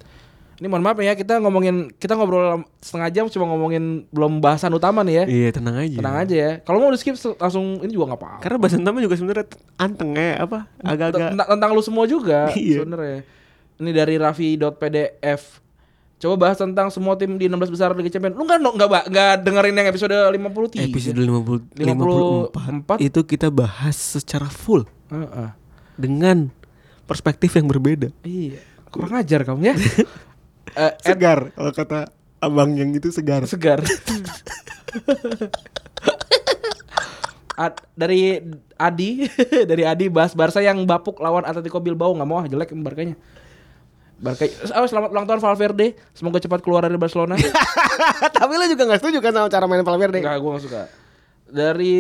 S2: ini mohon maaf ya kita ngomongin kita ngobrol setengah jam cuma ngomongin belum bahasan utama nih ya
S3: Iya, tenang aja.
S2: tenang aja ya kalau mau di skip langsung ini juga nggak apa-apa
S3: Karena bahasa utama juga sebenarnya anteng ya apa? Agak-agak
S2: tentang, tentang lu semua juga
S3: Iya.
S2: sebenarnya. Ini dari Raffi.pdf. Coba bahas tentang semua tim di 16 besar Liga Champions. Lu nggak nggak ba- nggak dengerin yang episode 53.
S3: episode
S2: 54.
S3: 50, 54 itu kita bahas secara full
S2: Heeh.
S3: dengan perspektif yang berbeda.
S2: Iya. Kurang ajar kamu ya. Eh, Ed
S3: Segar kalau kata abang yang itu segar.
S2: segar. Ad- dari Adi, dari Adi bahas Barca yang bapuk lawan Atletico Bilbao nggak mau ah, jelek Barkanya. Barca, oh, selamat ulang tahun Valverde. Semoga cepat keluar dari Barcelona.
S3: Tapi lo juga gak setuju kan sama cara main Valverde?
S2: Enggak, gue gak suka. Dari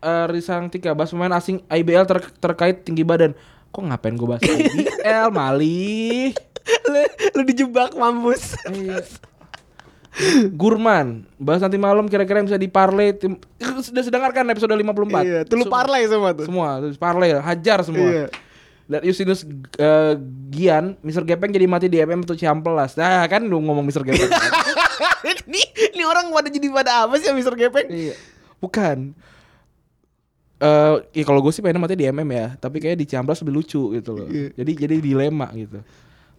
S2: eh, Risantika bahas pemain asing IBL ter- terkait tinggi badan. Kok ngapain gue bahas IBL malih?
S3: lu, lu dijebak mampus.
S2: Iya. Gurman, bahas nanti malam kira-kira yang bisa diparlay tim sudah sedengarkan episode 54.
S3: Iya, tuh lu
S2: Semua-
S3: parlay semua tuh.
S2: Semua terus parlay, hajar semua.
S3: Iya.
S2: Dan Yusinus eh, Gian, Mister Gepeng jadi mati di MM atau Ciampelas. Nah, kan lu ngomong Mister Gepeng.
S3: ini ini orang pada jadi pada apa sih ya, Mister Gepeng?
S2: iya. Bukan. Eh, ya kalau gue sih pengen mati di MM ya, tapi kayaknya di Ciampelas lebih lucu gitu loh.
S3: Iya.
S2: Jadi jadi dilema gitu.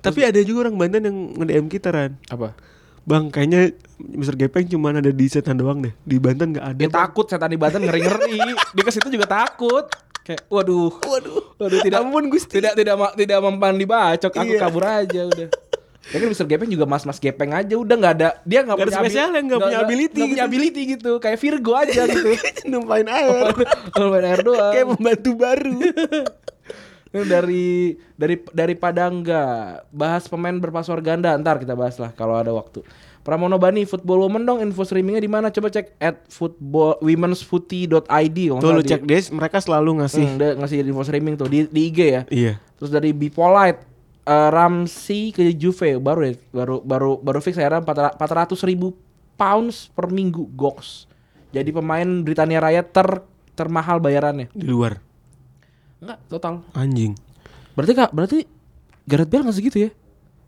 S3: Tapi ada juga orang Banten yang nge-DM kita Ran.
S2: Apa?
S3: Bang, kayaknya Mister Gepeng cuma ada di setan doang deh. Di Banten nggak ada.
S2: Dia
S3: Bang.
S2: takut setan di Banten ngeri-ngeri. Dia ke situ juga takut. Kayak waduh.
S3: Waduh.
S2: Waduh tidak
S3: Ampun, Gusti.
S2: Tidak tidak ma- tidak mempan dibacok, aku
S3: Iya.
S2: kabur aja udah. Ya kan Mister Gepeng juga mas-mas gepeng aja udah nggak ada dia nggak
S3: Nggak ada
S2: habil-
S3: spesialnya, nggak punya ability
S2: nggak punya
S3: gitu.
S2: ability gitu kayak Virgo aja gitu
S3: Numpain air.
S2: Kalau main air doang
S3: Kayak pembantu baru.
S2: Ini dari dari dari Padangga bahas pemain berpaspor ganda ntar kita bahas lah kalau ada waktu Pramono Bani Football Woman dong info streamingnya di mana coba cek at football womensfooty.id kalau nggak
S3: Tuh lu
S2: salah di-
S3: cek deh, mereka selalu ngasih.
S2: Hmm, dia ngasih info streaming tuh di, di IG ya
S3: Iya.
S2: Terus dari Bipolite eh, Ramsey ke Juve baru ya baru baru baru fix ya, saya 400 ribu pounds per minggu goks. Jadi pemain Britania Raya ter termahal bayarannya.
S3: Di luar.
S2: Enggak total.
S3: Anjing.
S2: Berarti kak berarti Gareth Bale nggak segitu ya?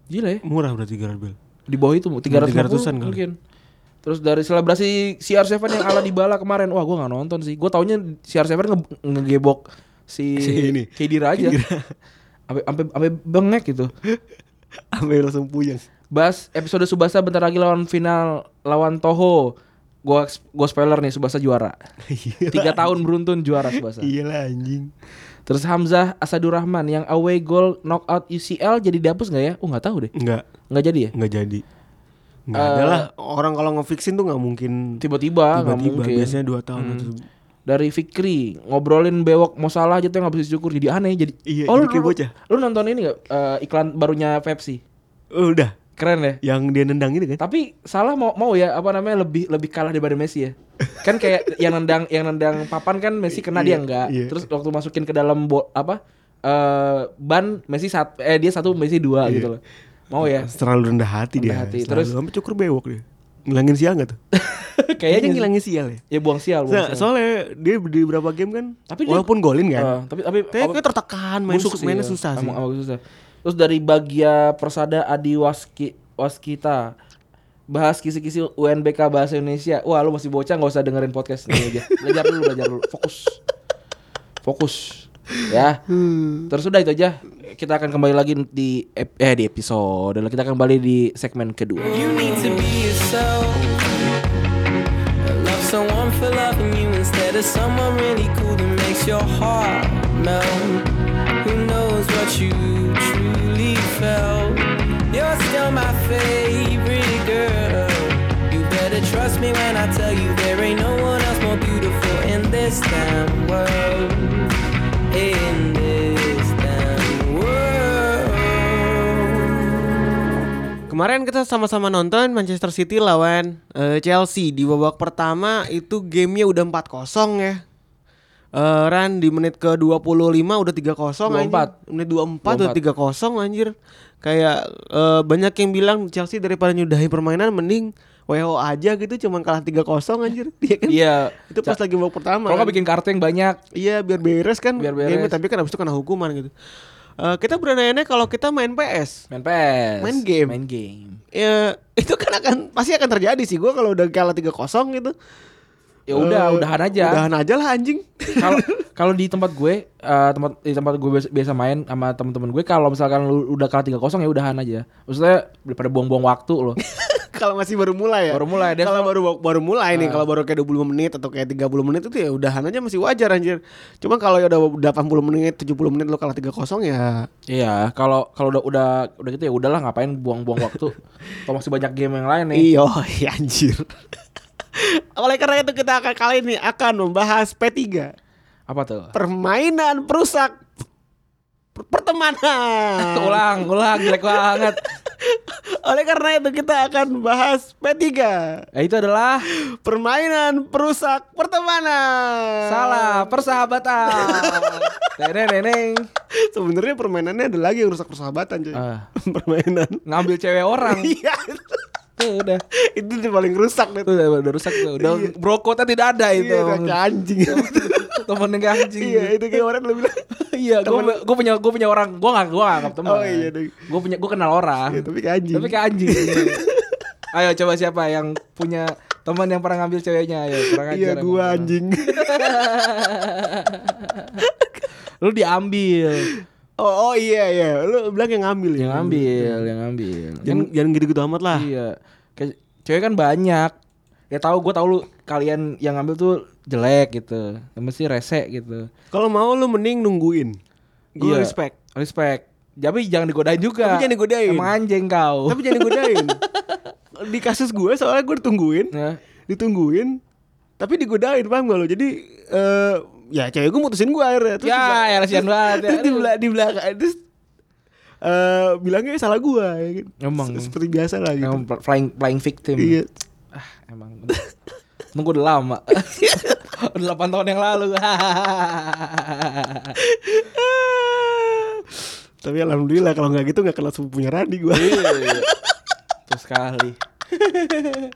S2: Gila ya.
S3: Murah berarti Gareth Bale.
S2: Di bawah itu 300
S3: 300-an kali.
S2: mungkin. Terus dari selebrasi CR7 yang ala Dybala kemarin. Wah, gua nggak nonton sih. Gua taunya CR7 nge- ngegebok si,
S3: Si ini.
S2: Khedira aja. Sampai sampai sampai bengek gitu.
S3: Ambil langsung puyeng.
S2: Bahas episode Subasa bentar lagi lawan final lawan Toho. Gua gua spoiler nih Subasa juara. Tiga tahun beruntun juara Subasa.
S3: Iya lah anjing.
S2: Terus Hamzah Asadur Rahman yang away goal knockout UCL jadi dihapus nggak ya? Oh nggak tahu deh.
S3: Enggak,
S2: Nggak jadi ya?
S3: enggak jadi. Enggak ada lah orang kalau ngefixin tuh nggak mungkin
S2: Eh, Tiba-tiba nggak
S3: tiba-tiba
S2: mungkin. Hmm.
S3: biasanya 2 tahun atau
S2: Dari Fikri ngobrolin bewok mau salah aja tuh yang habis syukur jadi aneh jadi.
S3: Iya,
S2: oh,
S3: jadi kayak bocah.
S2: Lu nonton ini nggak eh, iklan barunya Pepsi?
S3: Eh, udah
S2: Keren ya.
S3: yang dia nendang ini kan.
S2: Tapi salah mau mau ya apa namanya lebih lebih kalah daripada Messi ya. Kan kayak yang nendang yang nendang papan kan Messi kena dia
S3: Iya,
S2: enggak.
S3: iya.
S2: Terus waktu masukin ke dalam bo, apa eh, ban Messi sat, eh dia satu Messi dua
S3: Iya.
S2: gitu loh. Mau ya?
S3: Terlalu rendah hati dia.
S2: Rendah hati. Terus-
S3: Terus sampai cukur bewok dia. Ngilangin sial gak tuh?
S2: Kayaknya
S3: Kayaknya ngilangin sial ya.
S2: ya buang sial, buang
S3: Nah,
S2: sial.
S3: soalnya dia di berapa game kan
S2: Tapi dia-
S3: walaupun golin
S2: Eh,
S3: kan.
S2: tapi tapi
S3: Tapi
S2: apa-
S3: kayak tertekan main
S2: busuk
S3: su- mainnya
S2: ya.
S3: susah sih.
S2: Emang- emang susah. Terus dari Bagia Persada Adi Waski Waskita bahas kisi-kisi UNBK bahasa Indonesia. Wah, lu masih bocah nggak usah dengerin podcast ini aja. Belajar dulu, belajar dulu. Fokus. Fokus. Ya.
S3: Hmm.
S2: Terus udah itu aja. Kita akan kembali lagi di ep- eh di episode. Kita akan kembali di segmen kedua.
S1: You need to be yourself. Love someone for loving you instead of someone really cool that makes your heart melt. Who knows what you truly felt? You're still my favorite girl. You better trust me when I tell you there ain't no one else more beautiful in this damn world. In this damn world.
S3: Kemarin kita sama-sama nonton Manchester City lawan eh, Chelsea di babak pertama itu gamenya udah 4-0 ya. Eh Ran di menit ke 25 udah 3-0 anjir.
S2: 24.
S3: Menit 24, udah 3-0 anjir. Kayak eh, banyak yang bilang Chelsea daripada nyudahi permainan mending WO aja gitu cuman kalah 3-0 anjir. Iya kan?
S2: Iya.
S3: Itu pas lagi babak
S2: Kalau
S3: pertama. kan?
S2: nggak bikin kartu yang banyak.
S3: Iya biar beres kan
S2: Biar beres.
S3: gamenya, tapi kan abis itu kena hukuman gitu. Eh kita berandai-andai kalau kita main PS
S2: Main PS.
S3: Main game.
S2: Main game.
S3: ya itu kan akan pasti akan terjadi sih gua kalau udah kalah 3-0 gitu
S2: Ya udah,
S3: Eh,
S2: udahan aja.
S3: udahan aja lah anjing
S2: kalau kalau di tempat gue eh, tempat di tempat gue biasa, biasa main sama teman-teman gue kalau misalkan lu udah kalah 3-0 ya udahan aja. Maksudnya daripada buang-buang waktu loh.
S3: kalau masih baru mulai ya
S2: Baru mulai, dia Ah.
S3: kalau baru baru mulai nih kalau baru kayak 25 menit atau kayak 30 menit itu ya udahan aja masih wajar anjir cuma kalau ya udah 80 menit 70 menit lo kalah 3-0 ya
S2: iya, kalau kalau udah udah udah gitu ya udahlah ngapain buang-buang waktu. Kalau masih banyak game yang lain nih.
S3: iyo ya anjir oleh karena itu kita akan kali ini akan membahas P3
S2: Apa tuh?
S3: permainan perusak per- pertemanan
S2: ulang, ulang jelek banget.
S3: Oleh karena itu kita akan bahas P3
S2: Ya, itu adalah
S3: Permainan perusak pertemanan
S2: salah persahabatan. Teneneneng.
S3: Sebenarnya permainannya ada lagi yang rusak persahabatan cuy
S2: Ah.
S3: Permainan
S2: Ngambil cewek orang.
S3: Iya
S2: Tuh udah.
S3: Itu yang paling rusak deh
S2: Itu udah, udah rusak tuh. Udah brokotnya tidak ada itu.
S3: Iya kayak anjing
S2: Temen yang anjing.
S3: Iya itu kayak orang udah bilang
S2: Iya, gue gue punya gue punya orang, gue gak gue anggap teman.
S3: Oh, iya, dong.
S2: Gue kan. punya gue kenal orang.
S3: Ya, tapi kayak anjing
S2: Tapi kayak anjing. iya. Ayo coba siapa yang punya teman yang pernah ngambil ceweknya? Ayo, kurang ajar.
S3: Iya
S2: emang.
S3: gua anjing
S2: Lu diambil,
S3: Oh, oh iya iya Lu bilang yang ngambil ya
S2: yang ngambil, yang ngambil. Kan,
S3: Jangan, jangan gitu-gitu amat lah
S2: iya. Kayak cewek kan banyak. Ya tahu gue tahu lu kalian yang ngambil tuh jelek gitu. Mesti rese gitu.
S3: Kalau mau lu mending nungguin
S2: Iya.
S3: Gue respect
S2: Respect. Tapi jangan digodain juga.
S3: Tapi jangan digodain.
S2: Emang anjing kau.
S3: Tapi jangan digodain Di kasus gue soalnya gue ditungguin
S2: Nah,
S3: Ditungguin Tapi digodain paham gak lo Jadi eh Ya cewek gue mutusin gue akhirnya Terus
S2: Ya,
S3: dibela-
S2: ya, kasihan banget, ya.
S3: Terus di belakang di belakang- Terus eh, Bilangnya salah gue ya kan.
S2: Emang.
S3: Se- Seperti biasa lah gitu
S2: emang flying flying victim.
S3: Iya
S2: Ah, emang. Emang gue udah lama. udah 8 tahun yang lalu.
S3: Tapi alhamdulillah kalau nggak gitu nggak kenal sepupunya Randi gue.
S2: Iya. Terus sekali.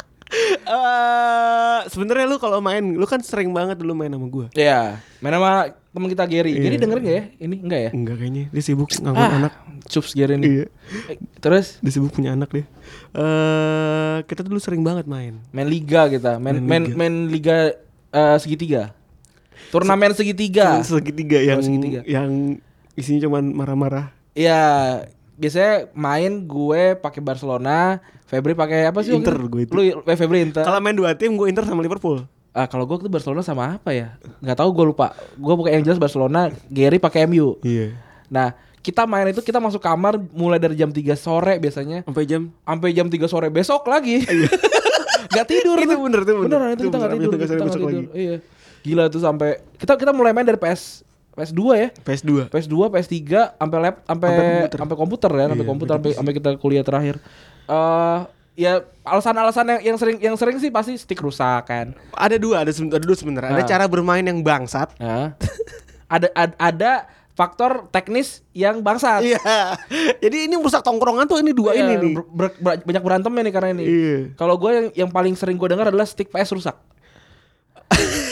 S3: Eh, Sebenarnya lu kalau main, lu kan sering banget dulu main sama gue.
S2: Iya, main sama teman kita Gary.
S3: Iya.
S2: Gary denger gak ya? Ini enggak ya?
S3: Enggak kayaknya, dia sibuk ngangkut
S2: Ah,
S3: anak.
S2: Subs Gary nih.
S3: Iya,
S2: Eh, Terus
S3: dia sibuk punya anak dia. Eh, kita dulu sering banget main.
S2: main liga kita, main
S3: Main
S2: main
S3: liga.
S2: main liga eh, segitiga. Turnamen segitiga.
S3: Yang Iya. segitiga yang
S2: segitiga.
S3: yang isinya cuman marah-marah.
S2: Iya, biasanya main gue pakai Barcelona, Febri pakai apa sih? waktu
S3: Inter,
S2: itu?
S3: gue itu.
S2: Lu eh, Febri Inter.
S3: Kalau main dua tim, gue Inter sama Liverpool.
S2: Ah, kalau gue tuh Barcelona sama apa ya? Gak tahu gue lupa. Gue pakai yang jelas Barcelona, Gary pakai MU.
S3: Iya.
S2: Nah, kita main itu kita masuk kamar mulai dari jam 3 sore biasanya
S3: Sampai jam.
S2: sampai jam 3 sore besok lagi. gak tidur
S3: Iya. Itu
S2: tuh.
S3: bener, itu bener.
S2: Beneran itu
S3: Itu
S2: kita gak
S3: bener,
S2: tidur.
S3: jam
S2: Kita
S3: 3 sore
S2: gak
S3: besok
S2: tidur.
S3: lagi.
S2: Iya. Gila tuh sampai kita kita mulai main dari PS PS2 ya.
S3: PS2.
S2: PS2, PS3 sampai lab sampai
S3: Sampai komputer.
S2: sampai komputer ya, sampai
S3: Iya,
S2: komputer
S3: sampai
S2: sampai sampai kita kuliah terakhir. Eh ya alasan-alasan yang, yang sering yang sering sih pasti stick rusak kan.
S3: Ada dua, ada, seben- ada dua sebenarnya. Ada
S2: Ah.
S3: cara bermain yang bangsat.
S2: Nah, ada, ada ada faktor teknis yang bangsat.
S3: Iya. Jadi ini rusak tongkrongan tuh ini dua
S2: Iya,
S3: ini nih.
S2: ber- ber- ber- banyak berantemnya nih karena ini.
S3: Iya.
S2: Kalau gue yang yang paling sering gue dengar adalah stick PS rusak.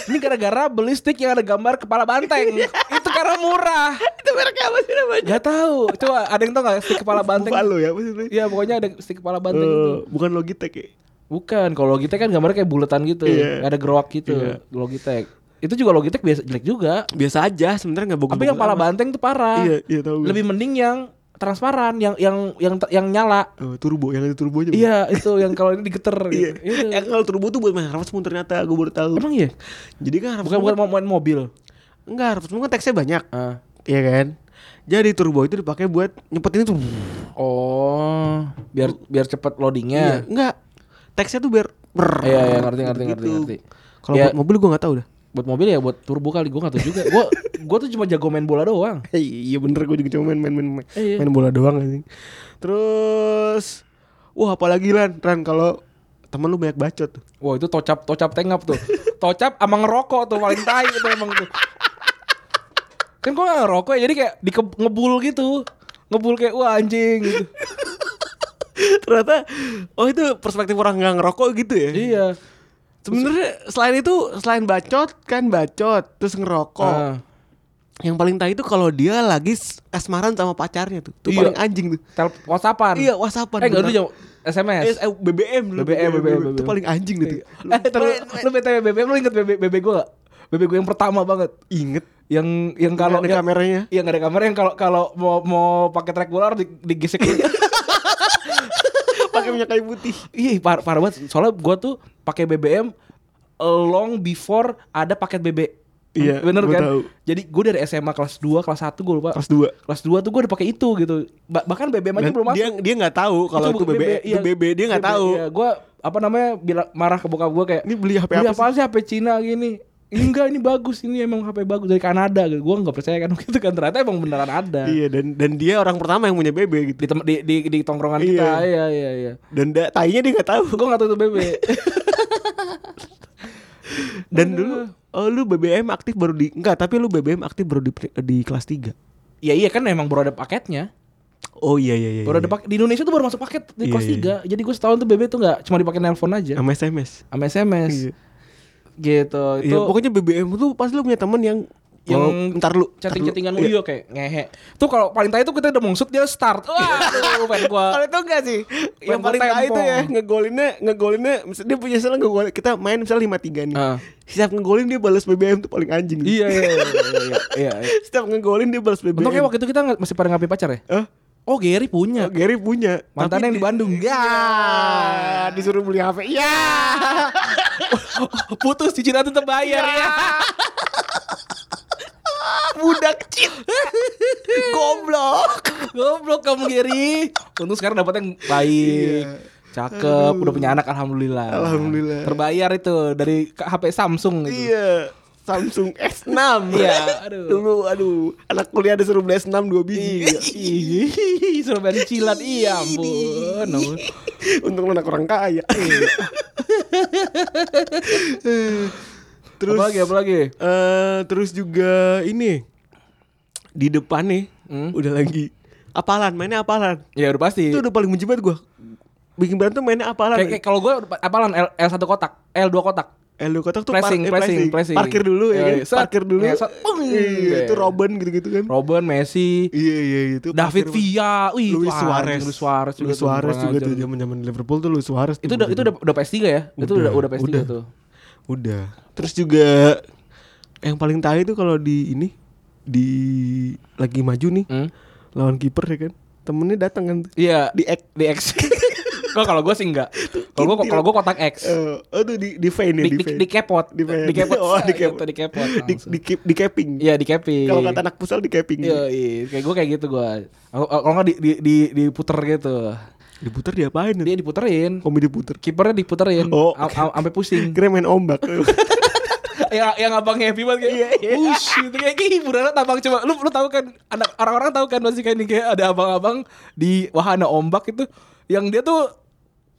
S2: ini gara-gara beli stick yang ada gambar kepala banteng.
S3: Iya.
S2: Itu karena murah.
S3: Itu mereka apa sih namanya?
S2: Gak tahu. Coba ada yang tau gak stick kepala banteng?
S3: Buffalo ya maksudnya.
S2: Iya pokoknya ada stick kepala banteng itu.
S3: Eh, bukan Logitech ya.
S2: Bukan, kalau Logitech kan gambarnya kayak buletan gitu,
S3: Iya.
S2: ada gerowak gitu.
S3: Iya.
S2: Logitech. Itu juga Logitech biasa jelek juga.
S3: Biasa aja sebenarnya nggak bagus.
S2: Tapi yang pala banteng tuh parah.
S3: Iya, iya tahu. gue.
S2: Lebih mending yang transparan, yang yang yang yang nyala.
S3: Oh, turbo yang ada turbonya.
S2: Iya, itu yang kalau ini digeter
S3: Iya.
S2: gitu. Itu.
S3: Yang kalau turbo tuh buat main Harvest Moon ternyata gue baru tahu.
S2: Emang iya?
S3: Jadi kan Harvest
S2: Bukan bukan
S3: Moon
S2: mau main mobil.
S3: enggak Harvest Moon kan teksnya banyak.
S2: Ah.
S3: Iya kan? Jadi turbo itu dipakai buat nyempetin itu.
S2: Oh, biar biar cepet loadingnya.
S3: Enggak. Teksnya tuh biar
S2: Iya, iya, ngerti, ngerti, ngerti,
S3: Gitu.
S2: ngerti.
S3: Kalau
S2: Ya.
S3: buat mobil gue nggak tahu dah.
S2: Buat mobil ya buat turbo kali gua gak tau juga. Gua gua tuh cuma jago main bola doang.
S3: Eh, iya bener gue juga cuma main main main main,
S2: Iya.
S3: main bola doang anjing. Terus wah apalagi Lan, Ran kalau teman lu banyak bacot tuh.
S2: Wah, itu tocap tocap tengap tuh. Tocap sama ngerokok tuh paling tai itu emang tuh. Kan gua gak ngerokok ya, jadi kayak di ngebul gitu. Ngebul kayak wah anjing gitu.
S3: Ternyata oh itu perspektif orang nggak ngerokok gitu ya.
S2: Iya.
S3: Sebenarnya selain itu selain bacot kan bacot terus ngerokok.
S2: Ah.
S3: Yang paling tai itu kalau dia lagi s- kasmaran sama pacarnya tuh. Tuh
S2: Iya.
S3: paling anjing tuh.
S2: Tel WhatsAppan.
S3: Iya, WhatsAppan.
S2: Eh, enggak
S3: bener.
S2: dulu jam- SMS.
S3: Eh, eh, BBM dulu.
S2: BBM, BBM,
S3: Itu
S2: BBM.
S3: paling anjing gitu.
S2: Eh, ntar lu, lu BTW BBM lu inget BB, BB gue gak? BB gue yang pertama banget.
S3: Inget
S2: Yang yang kalau
S3: ada
S2: yang-
S3: kameranya.
S2: Iya gak ada kamera yang kalau kalau mau mau pakai track bola harus di- digesek dulu.
S3: pakai minyak kayu putih.
S2: Iya par, parah banget. Soalnya gue tuh pakai BBM long before ada paket BB.
S3: Iya,
S2: bener
S3: gua
S2: kan?
S3: tahu.
S2: Jadi gue dari SMA kelas 2, kelas 1 gue lupa.
S3: Kelas 2.
S2: Kelas 2 tuh gue udah pakai itu gitu. Ba- bahkan BBM aja
S3: Dan
S2: belum masuk.
S3: dia dia nggak tahu kalau itu BB,
S2: iya.
S3: itu BB dia nggak tahu.
S2: Gue apa namanya bila marah ke bokap gue kayak
S3: iya. Ini beli HP
S2: beli
S3: apa
S2: apa sih? HP Cina gini. Ini enggak, ini bagus, ini emang HP bagus dari Kanada. Gue nggak percaya kan gitu kan ternyata emang beneran ada.
S3: Iya dan dan dia orang pertama yang punya BB gitu.
S2: Di, tem- di, di, di tongkrongan
S3: Iya.
S2: kita, iya iya iya.
S3: Dan da, tainya dia nggak tahu.
S2: Gue nggak tahu itu BB.
S3: Dan dulu oh, lu BBM aktif baru di enggak, tapi lu BBM aktif baru di di kelas 3.
S2: Iya iya kan emang baru ada paketnya.
S3: Oh iya iya iya.
S2: Baru ada
S3: iya.
S2: paket di Indonesia tuh baru masuk paket di
S3: Iya,
S2: kelas
S3: iya.
S2: 3. Jadi gue setahun tuh BB tuh nggak cuma dipakai nelpon aja
S3: sama SMS.
S2: sama SMS.
S3: Iya.
S2: Gitu.
S3: Iya,
S2: Itu
S3: pokoknya BBM tuh pasti lu punya temen yang
S2: Yang
S3: Oh, ntar lu ntar lu.
S2: chatting-chattingan video
S3: Iya.
S2: kayak ngehe. Tuh kalau paling tai tuh kita udah mungsut dia start. Wah, aduh, pengen gua.
S3: Kalau itu enggak sih Yang
S2: gua
S3: paling tai itu
S2: tempong.
S3: ya Ngegolinnya Ngegolinnya misal- Dia punya salah ngegolin Kita main misalnya 5-3 nih
S2: Ah.
S3: Setiap ngegolin dia balas BBM tuh paling anjing
S2: Iya, iya, iya, iya, iya, iya.
S3: Setiap ngegolin dia balas BBM
S2: Untungnya waktu itu kita nggak- masih pada ngapain pacar ya?
S3: Hah?
S2: Oh Gary
S3: Oh,
S2: punya
S3: Eh, Gary punya
S2: Mantannya yang di Bandung.
S3: Ya Disuruh beli HP Ya
S2: Putus cicilan tetap bayar
S3: Iya.
S2: ya
S3: Budak cheat Goblok
S2: Goblok kamu Gary Untung sekarang dapatnya yang baik Cakep Udah punya anak Alhamdulillah
S3: Iya. Alhamdulillah.
S2: Terbayar itu Dari K- HP Samsung itu
S3: Iya Samsung S6
S2: Iya, aduh.
S3: Dulu aduh Anak kuliah disuruh beli S6 2 biji
S2: Iya Suruh bayar cicilan Iya ampun ampun.
S3: Untung lu anak orang kaya
S2: Iya.
S3: Terus
S2: Apa lagi apa lagi
S3: eh, Terus juga ini Di depan nih
S2: Hmm?
S3: Udah lagi Apalan mainnya apalan
S2: Ya udah pasti
S3: Itu udah paling benci banget gue Bikin berantem mainnya apalan
S2: Kayak kayak kalau gue Apalan L, L1 kotak L2 kotak
S3: Eh lu kotak tuh
S2: Pressing,
S3: eh,
S2: pressing, pressing.
S3: Parkir dulu ya
S2: Iya,
S3: kan
S2: iya. Set.
S3: Parkir dulu
S2: Iya, set. Pung.
S3: Iya, Itu Robin gitu-gitu kan
S2: Robin Messi
S3: Iya iya itu
S2: David
S3: parkir-
S2: Villa Wih
S3: Luis
S2: wah,
S3: Suarez
S2: Luis Suarez juga
S3: Luis
S2: tuh,
S3: Suarez
S2: kurang
S3: juga
S2: ajar.
S3: tuh zaman-zaman Liverpool tuh Luis Suarez
S2: itu udah itu udah udah PS3 ya itu udah udah PS3
S3: udah.
S2: tuh
S3: Udah. Terus juga yang paling tai itu kalau di ini di lagi maju nih
S2: Hmm?
S3: lawan kiper ya kan. Temennya datang kan
S2: iya
S3: di X
S2: di X Gua kalau gue sih enggak kalau gue kalau gue kotak X
S3: eh aduh di di vein ya
S2: di, di,
S3: vein.
S2: di kepot
S3: Di vein.
S2: di kepot
S3: Oh, di
S2: Gitu,
S3: kepot.
S2: di kepot
S3: Di
S2: langsung.
S3: di kip- di capping.
S2: iya di keping
S3: Kalau kata anak pusal di capping.
S2: Iya, iya. kayak gue kayak gitu gue kalau nggak di di di diputer gitu
S3: Diputer diapain?
S2: dia
S3: Dia
S2: diputerin
S3: komedi puter.
S2: kipernya diputerin
S3: Oh.
S2: am- am- sampai pusing
S3: Kira main ombak.
S2: yang yang abang happy banget kayak
S3: Iya, iya.
S2: wush gitu kayak kayak hiburan abang coba lu lu tahu kan anak orang-orang tahu kan masih kayak ini, kayak ada abang-abang di wahana ombak itu yang dia tuh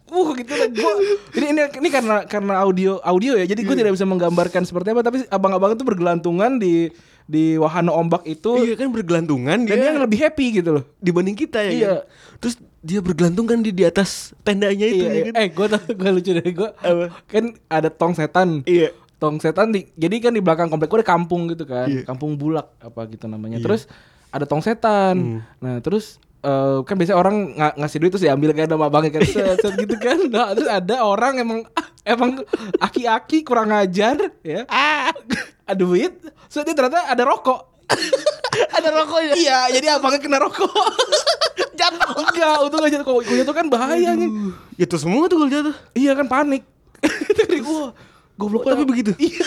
S2: uh gitu lah gua ini ini ini karena karena audio audio ya jadi gue tidak bisa menggambarkan seperti apa tapi abang-abang itu bergelantungan di di wahana ombak itu
S3: iya kan bergelantungan
S2: dan dia yang lebih happy gitu loh
S3: dibanding kita ya.
S2: Iya.
S3: kan? Terus dia bergelantung kan di di atas tendanya itu
S2: Iya,
S3: ya
S2: iya.
S3: kan.
S2: eh gue tau gue lucu deh gue
S3: Apa?
S2: kan ada tong setan
S3: Iya.
S2: tong setan di, jadi kan di belakang komplek gue ada kampung gitu kan
S3: Iya.
S2: kampung bulak apa gitu namanya terus ada tong
S3: Hmm.
S2: setan nah terus eh, kan biasanya orang nga- ngasih duit terus diambil kan sama abangnya kan set, set gitu kan nah, terus ada orang emang emang aki-aki kurang ajar ya
S3: Ah.
S2: ada duit so dia ternyata ada rokok
S3: Ada ya? rokoknya.
S2: iya jadi abangnya kena rokok jatuh enggak untung aja kok jatuh kan bahaya nih
S3: Ya terus semua tuh kalau jatuh.
S2: Iya kan panik. Tadi gua goblok
S3: Tapi
S2: banget. Iya.
S3: begitu.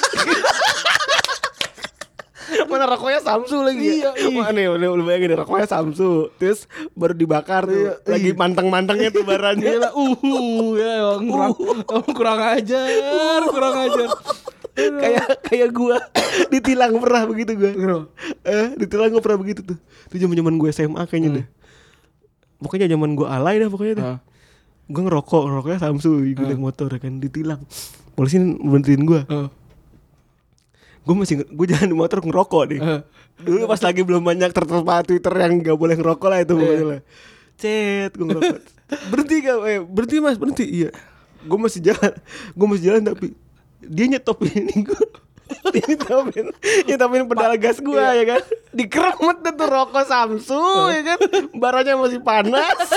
S3: Mana rokoknya Samsu lagi
S2: Iya,
S3: ya?
S2: iya.
S3: Wah, nih, udah lu bayangin deh, rokoknya Samsu Terus baru dibakar tuh Lagi manteng-mantengnya tuh
S2: Iya
S3: barannya
S2: lah, uhu, ya emang kurang, emang kurang ajar, kurang ajar.
S3: Kayak kayak gua ditilang pernah begitu gua
S2: Iya.
S3: eh, Ditilang gua pernah begitu tuh Itu zaman zaman gue SMA
S2: Hmm.
S3: kayaknya deh Pokoknya zaman gua alay dah pokoknya deh
S2: Nah,
S3: Gue ngerokok, ngerokoknya Samsu
S2: Ah.
S3: Gue naik motor ya kan, ditilang Polisi berhentiin gua
S2: eh,
S3: gue masih gue jalan di motor ngerokok nih
S2: Eh.
S3: dulu pas lagi belum banyak tertera twitter yang nggak boleh ngerokok lah
S2: Iya.
S3: itu pokoknya lah cet gue ngerokok berhenti gak eh, berhenti mas berhenti iya gue masih jalan gue masih jalan tapi dia nyetopin ini gue dia nyetopin nyetopin pedal gas gue
S2: iya.
S3: ya kan dikeremet deh tuh rokok samsu
S2: Eh.
S3: ya kan baranya masih panas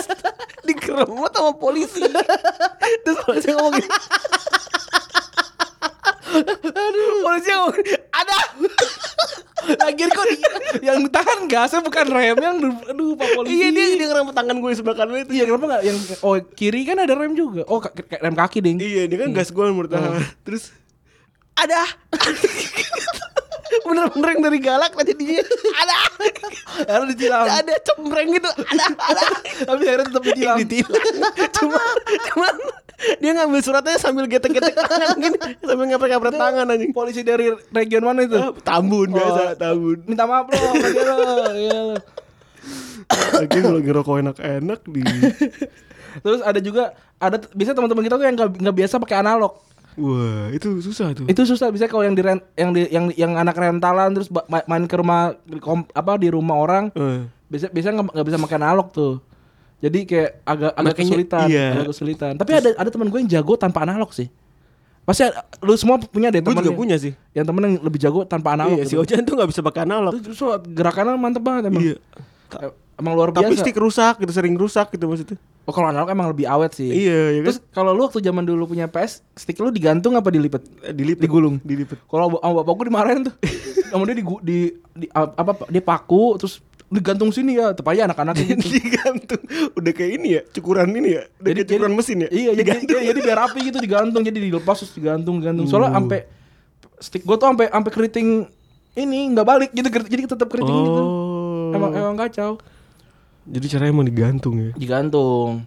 S3: dikeremet sama polisi terus polisi ngomong gini, polisi ngomong gini, ada
S2: oh, Lagian kok di, yang ditahan gasnya bukan rem yang aduh Pak Polisi.
S3: Iya dia dia ngerempet tangan gue sebelah kanan itu.
S2: Iya, kenapa enggak yang oh kiri kan ada rem juga. Oh ka- ka- rem kaki ding.
S3: Iya dia kan gas gue menurut tangan. Terus ada bener-bener yang dari galak lah jadinya ada
S2: Harus ditilang.
S3: ada cempreng gitu ada ada
S2: Tapi akhirnya tetap ditilang.
S3: ditilang cuma cuma Dia ngambil suratnya sambil getek-getek tangan gini, sambil ngapret-ngapret tangan anjing.
S2: Polisi dari region mana itu?
S3: Ah, Tambun biasa,
S2: Oh.
S3: tambun.
S2: Minta maaf lo, sama dia lo. Iya, lo.
S3: Lagi kalau ngerokok enak-enak di
S2: Terus ada juga ada t- biasanya teman-teman kita tuh yang nggak nggak biasa pakai analog.
S3: Wah, itu susah tuh.
S2: Itu susah biasanya kalau yang di rent- yang di, yang yang anak rentalan terus ba- ma- main ke rumah di kom- apa di rumah orang
S3: Eh.
S2: biasa biasanya nggak nggak bisa makan analog tuh jadi kayak agak agak
S3: Makanya,
S2: kesulitan
S3: iya.
S2: agak kesulitan tapi ada ada teman gue yang jago tanpa analog sih pasti ada- lu semua punya deh
S3: Gue
S2: teman
S3: juga
S2: yang-
S3: punya sih.
S2: yang temen yang lebih jago tanpa analog
S3: Iya, si
S2: gitu.
S3: Ojan tuh nggak bisa pakai analog.
S2: Itu justru gerakannya mantep banget emang
S3: Iya.
S2: Eh, emang luar
S3: Tapi
S2: biasa
S3: stick rusak gitu, sering rusak gitu maksudnya.
S2: oh, kalau analog emang lebih awet sih
S3: Iya, ya kan?
S2: terus kalau lu waktu zaman dulu punya PS stick lu digantung apa dilipet
S3: Eh, dilipet.
S2: digulung
S3: Dilipet.
S2: kalau sama bapak gue dimarahin tuh sama dia di, di, di apa dia paku terus digantung sini ya tepatnya anak-anak gitu
S3: digantung. Udah kayak ini ya, cukuran ini ya. Udah kayak cukuran mesin ya.
S2: Iya, jadi,
S3: digantung.
S2: jadi, jadi biar rapi gitu digantung, jadi dilepas terus digantung, gantung. Soalnya sampai stick gue tuh sampai sampai keriting ini nggak balik gitu, ker- jadi tetap keriting gitu.
S3: Oh.
S2: Emang emang kacau.
S3: Jadi caranya emang digantung ya.
S2: Digantung.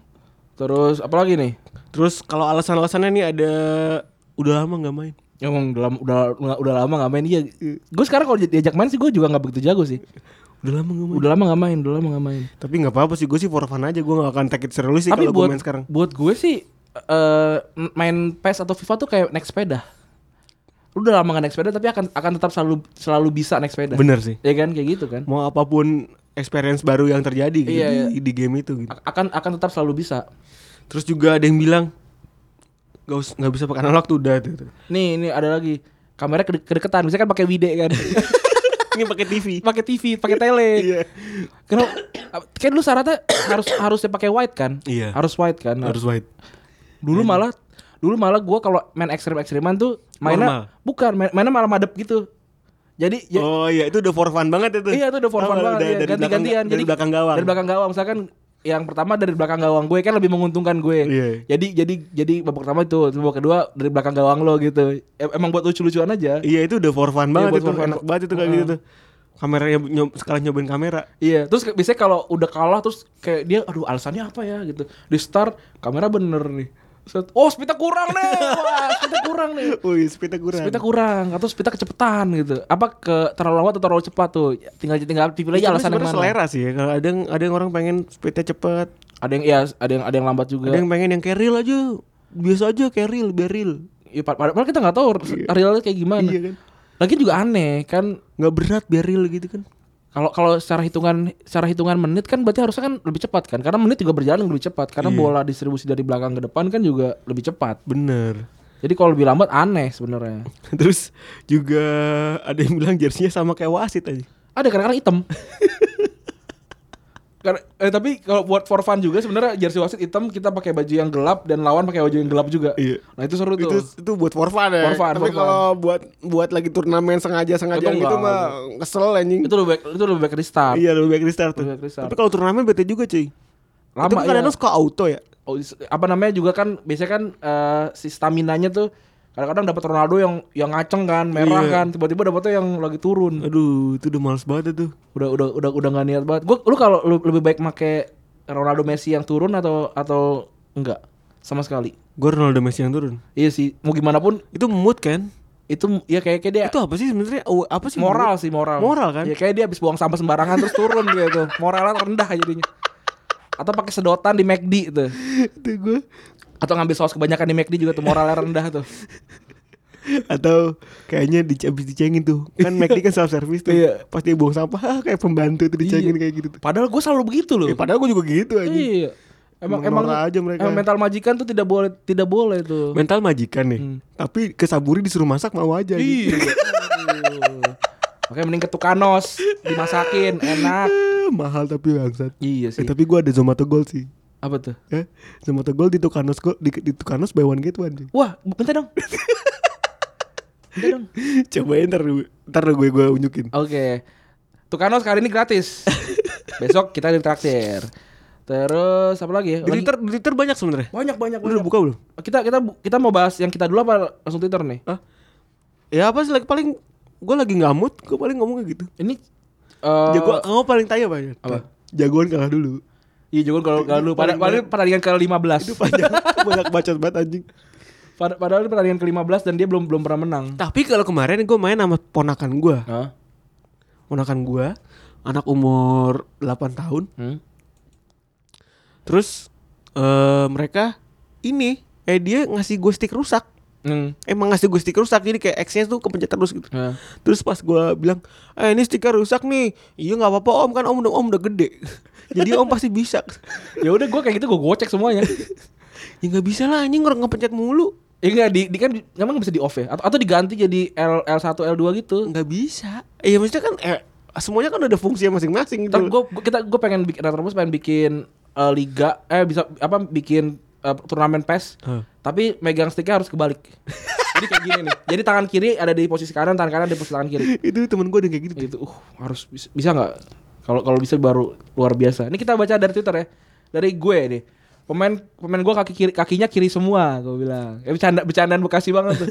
S2: Terus apalagi nih?
S3: Terus kalau alasan-alasannya nih ada udah lama nggak main.
S2: Emang udah lam- udah udah lama nggak main iya. Gue sekarang kalau diajak main sih gue juga nggak begitu jago sih.
S3: Udah lama nggak main.
S2: Udah lama nggak main, udah lama nggak main.
S3: Tapi nggak apa-apa sih, gue sih for fun aja, gue nggak akan take it serius sih
S2: Tapi
S3: kalau gue
S2: buat
S3: main sekarang.
S2: buat gue sih eh, main PES atau FIFA tuh kayak naik sepeda. Lu udah lama gak naik sepeda tapi akan akan tetap selalu selalu bisa naik sepeda.
S3: Bener sih.
S2: Ya kan kayak gitu kan.
S3: Mau apapun experience baru yang terjadi gitu
S2: Iya,
S3: di, di game itu gitu.
S2: A- akan akan tetap selalu bisa.
S3: Terus juga ada yang bilang nggak us- nggak bisa pakai analog tuh udah. gitu. tuh, tuh.
S2: Nih, ini ada lagi. Kamera kede- kedeketan, bisa kan pakai wide kan.
S3: Ini pakai TV.
S2: pakai TV, pakai tele.
S3: Iya.
S2: Kenapa kan dulu syaratnya harus harusnya pakai wide kan?
S3: Iya.
S2: Harus wide kan.
S3: Harus Iya. wide.
S2: Dulu malah dulu malah gua kalau main ekstrim-ekstriman tuh mainnya bukan main, mainnya malah madep gitu. Jadi ya-
S3: Oh iya, itu udah for fun banget itu.
S2: Iya itu udah for
S3: Tahu
S2: fun
S3: nggak,
S2: banget
S3: Oh, udah
S2: iya.
S3: dari
S2: ganti-gantian.
S3: belakang- Dari belakang gawang.
S2: Dari belakang gawang misalkan yang pertama dari belakang gawang gue kan lebih menguntungkan gue.
S3: Iya.
S2: Jadi jadi jadi babak pertama itu, terus babak kedua dari belakang gawang lo gitu. Em- Emang buat lucu-lucuan aja.
S3: Iya, itu udah for fun banget
S2: buat
S3: itu.
S2: for fun. Ah.
S3: Enak banget itu kayak gitu tuh. Kameranya nyob, sekalian nyobain kamera.
S2: Iya, terus kayak- biasanya kalau udah kalah terus kayak dia aduh alasannya apa ya gitu. Di start kamera bener nih. Set, Oh, speednya kurang nih. Wah, speednya kurang nih.
S3: Wih, speednya kurang.
S2: Speednya kurang atau speednya kecepatan gitu. Apa ke terlalu lama atau terlalu cepat tuh. Tinggal tinggal pilih aja
S3: Itu
S2: alasan yang
S3: sebenarnya
S2: mana.
S3: selera sih ya. Kalau ada yang ada yang orang pengen speednya cepet,
S2: Ada yang iya, ada yang ada yang lambat juga.
S3: ada yang pengen yang kayak real aja, biasa aja kayak real, biar real.
S2: Ya, pad- padahal kita nggak tahu realnya kayak gimana.
S3: Iya kan?
S2: Lagi juga aneh kan
S3: Nggak berat biar real gitu kan.
S2: kalau kalau secara hitungan secara hitungan menit kan berarti harusnya kan lebih cepat kan karena menit juga berjalan lebih cepat karena
S3: Iya.
S2: bola distribusi dari belakang ke depan kan juga lebih cepat.
S3: Bener.
S2: Jadi kalau lebih lambat aneh sebenarnya.
S3: Terus juga ada yang bilang jersinya sama kayak wasit aja.
S2: Ada kadang-kadang hitam. Karena, eh, tapi kalau buat for fun juga sebenarnya jersey wasit hitam kita pakai baju yang gelap dan lawan pakai baju yang gelap juga.
S3: Iya.
S2: Nah itu seru
S3: Itu
S2: tuh.
S3: itu buat for fun ya.
S2: For fun, for
S3: Tapi
S2: fun.
S3: kalau buat buat lagi turnamen sengaja sengaja
S2: Itu
S3: gitu
S2: nggak.
S3: mah kesel anjing.
S2: Itu lebih baik, itu lebih baik di start.
S3: Iya lebih baik restart tuh.
S2: Lebih baik restart.
S3: Tapi kalau turnamen bete juga cuy.
S2: Lama,
S3: Itu kan
S2: iya.
S3: kadang suka auto ya.
S2: Oh, is- apa namanya juga kan biasanya kan eh, si staminanya tuh kadang-kadang dapat Ronaldo yang yang ngaceng kan merah
S3: Iya.
S2: kan tiba-tiba dapatnya yang lagi turun
S3: Aduh, itu udah males banget tuh.
S2: udah udah udah udah nggak niat banget gua lu kalau lu lebih baik make Ronaldo Messi yang turun atau atau enggak sama sekali
S3: Gue Ronaldo Messi yang turun.
S2: iya sih mau gimana pun
S3: Itu mood kan?
S2: itu ya kayak kayak dia
S3: Itu apa sih sebenarnya? Oh, Apa sih?
S2: moral
S3: mood?
S2: sih moral
S3: Moral kan?
S2: ya kayak dia habis buang sampah sembarangan terus turun gitu moralnya rendah jadinya atau pakai sedotan di McD tuh
S3: Itu gue
S2: atau ngambil saus kebanyakan di McD juga tuh moralnya rendah tuh
S3: atau kayaknya di, abis dicengin tuh kan McD kan self service tuh
S2: Iya.
S3: pas dia buang sampah ah, kayak pembantu tuh dicengin
S2: Iya.
S3: kayak gitu tuh
S2: padahal gue selalu begitu loh
S3: Eh, padahal gue juga gitu aja
S2: Iya. Emang
S3: Emang
S2: emang,
S3: norak aja mereka.
S2: emang mental majikan tuh tidak boleh tidak boleh tuh.
S3: mental majikan nih tapi kesaburi disuruh masak mau aja gitu.
S2: Iya. Aduh. Makanya mending ke Tukanos dimasakin enak.
S3: Eh, mahal tapi bangsat
S2: Iya
S3: eh,
S2: sih.
S3: tapi gue ada Zomato Gold sih
S2: Apa tuh?
S3: eh, Zomato Gold di Tukanos Gold di, di Tukanos buy one get one cuy.
S2: Wah, bentar dong. bentar dong.
S3: cobain ntar dulu- ntar dulu gue gue unjukin
S2: Oke. Tukanos kali ini gratis. Besok kita ditraktir. Terus apa lagi? ya?
S3: di Twitter di Twitter banyak sebenarnya
S2: Banyak banyak
S3: udah
S2: banyak.
S3: buka belum
S2: Kita kita bu- kita mau bahas yang kita dulu apa langsung Twitter nih?
S3: Hah? ya apa sih like, paling gue lagi ngamut gue paling ngomongnya gitu
S2: Ini eh
S3: Jago, kamu paling tanya banyak.
S2: Apa?
S3: Jagoan kalah dulu.
S2: Iya juga kalau kalau lu pada padahal ini pertandingan ke-15.
S3: Panjang, banyak bacot banget anjing.
S2: Pada- Padahal ini pertandingan ke-15 dan dia belum belum pernah menang.
S3: Tapi kalau kemarin gue main sama ponakan gue,
S2: Hah?
S3: ponakan gue, anak umur 8 tahun.
S2: Hmm?
S3: Terus eh mereka ini, eh dia ngasih gue stick rusak.
S2: Hmm.
S3: Emang ngasih gue stick rusak, jadi kayak X-nya tuh kepencet terus gitu.
S2: Hah.
S3: Terus pas gue bilang, eh ini stiker rusak nih. Iya nggak apa-apa om kan om udah om udah gede. Jadi om pasti bisa.
S2: Ya udah gua kayak gitu gua gocek semuanya.
S3: Ya nggak bisa lah anjing orang ngepencet mulu.
S2: Ya enggak di, di kan di- emang bisa di off ya atau, atau diganti jadi L L1 L2 gitu.
S3: Nggak bisa. Eh ya maksudnya kan eh, semuanya kan ada fungsinya masing-masing gitu.
S2: Tapi gua, gua- kita gua pengen bikin Retro Bus pengen bikin eh, liga eh bisa apa bikin eh, turnamen PES.
S3: Hah.
S2: Tapi megang sticknya harus kebalik. jadi kayak gini nih. Jadi tangan kiri ada di posisi kanan, tangan kanan ada di posisi tangan kiri.
S3: itu temen gue ada yang kayak gitu.
S2: gitu uh harus bisa- bisa nggak kalau kalau bisa baru luar biasa ini kita baca dari twitter ya dari gue nih pemain pemain gue kaki kiri kakinya kiri semua gue bilang ya, bercanda bercandaan bekasi banget tuh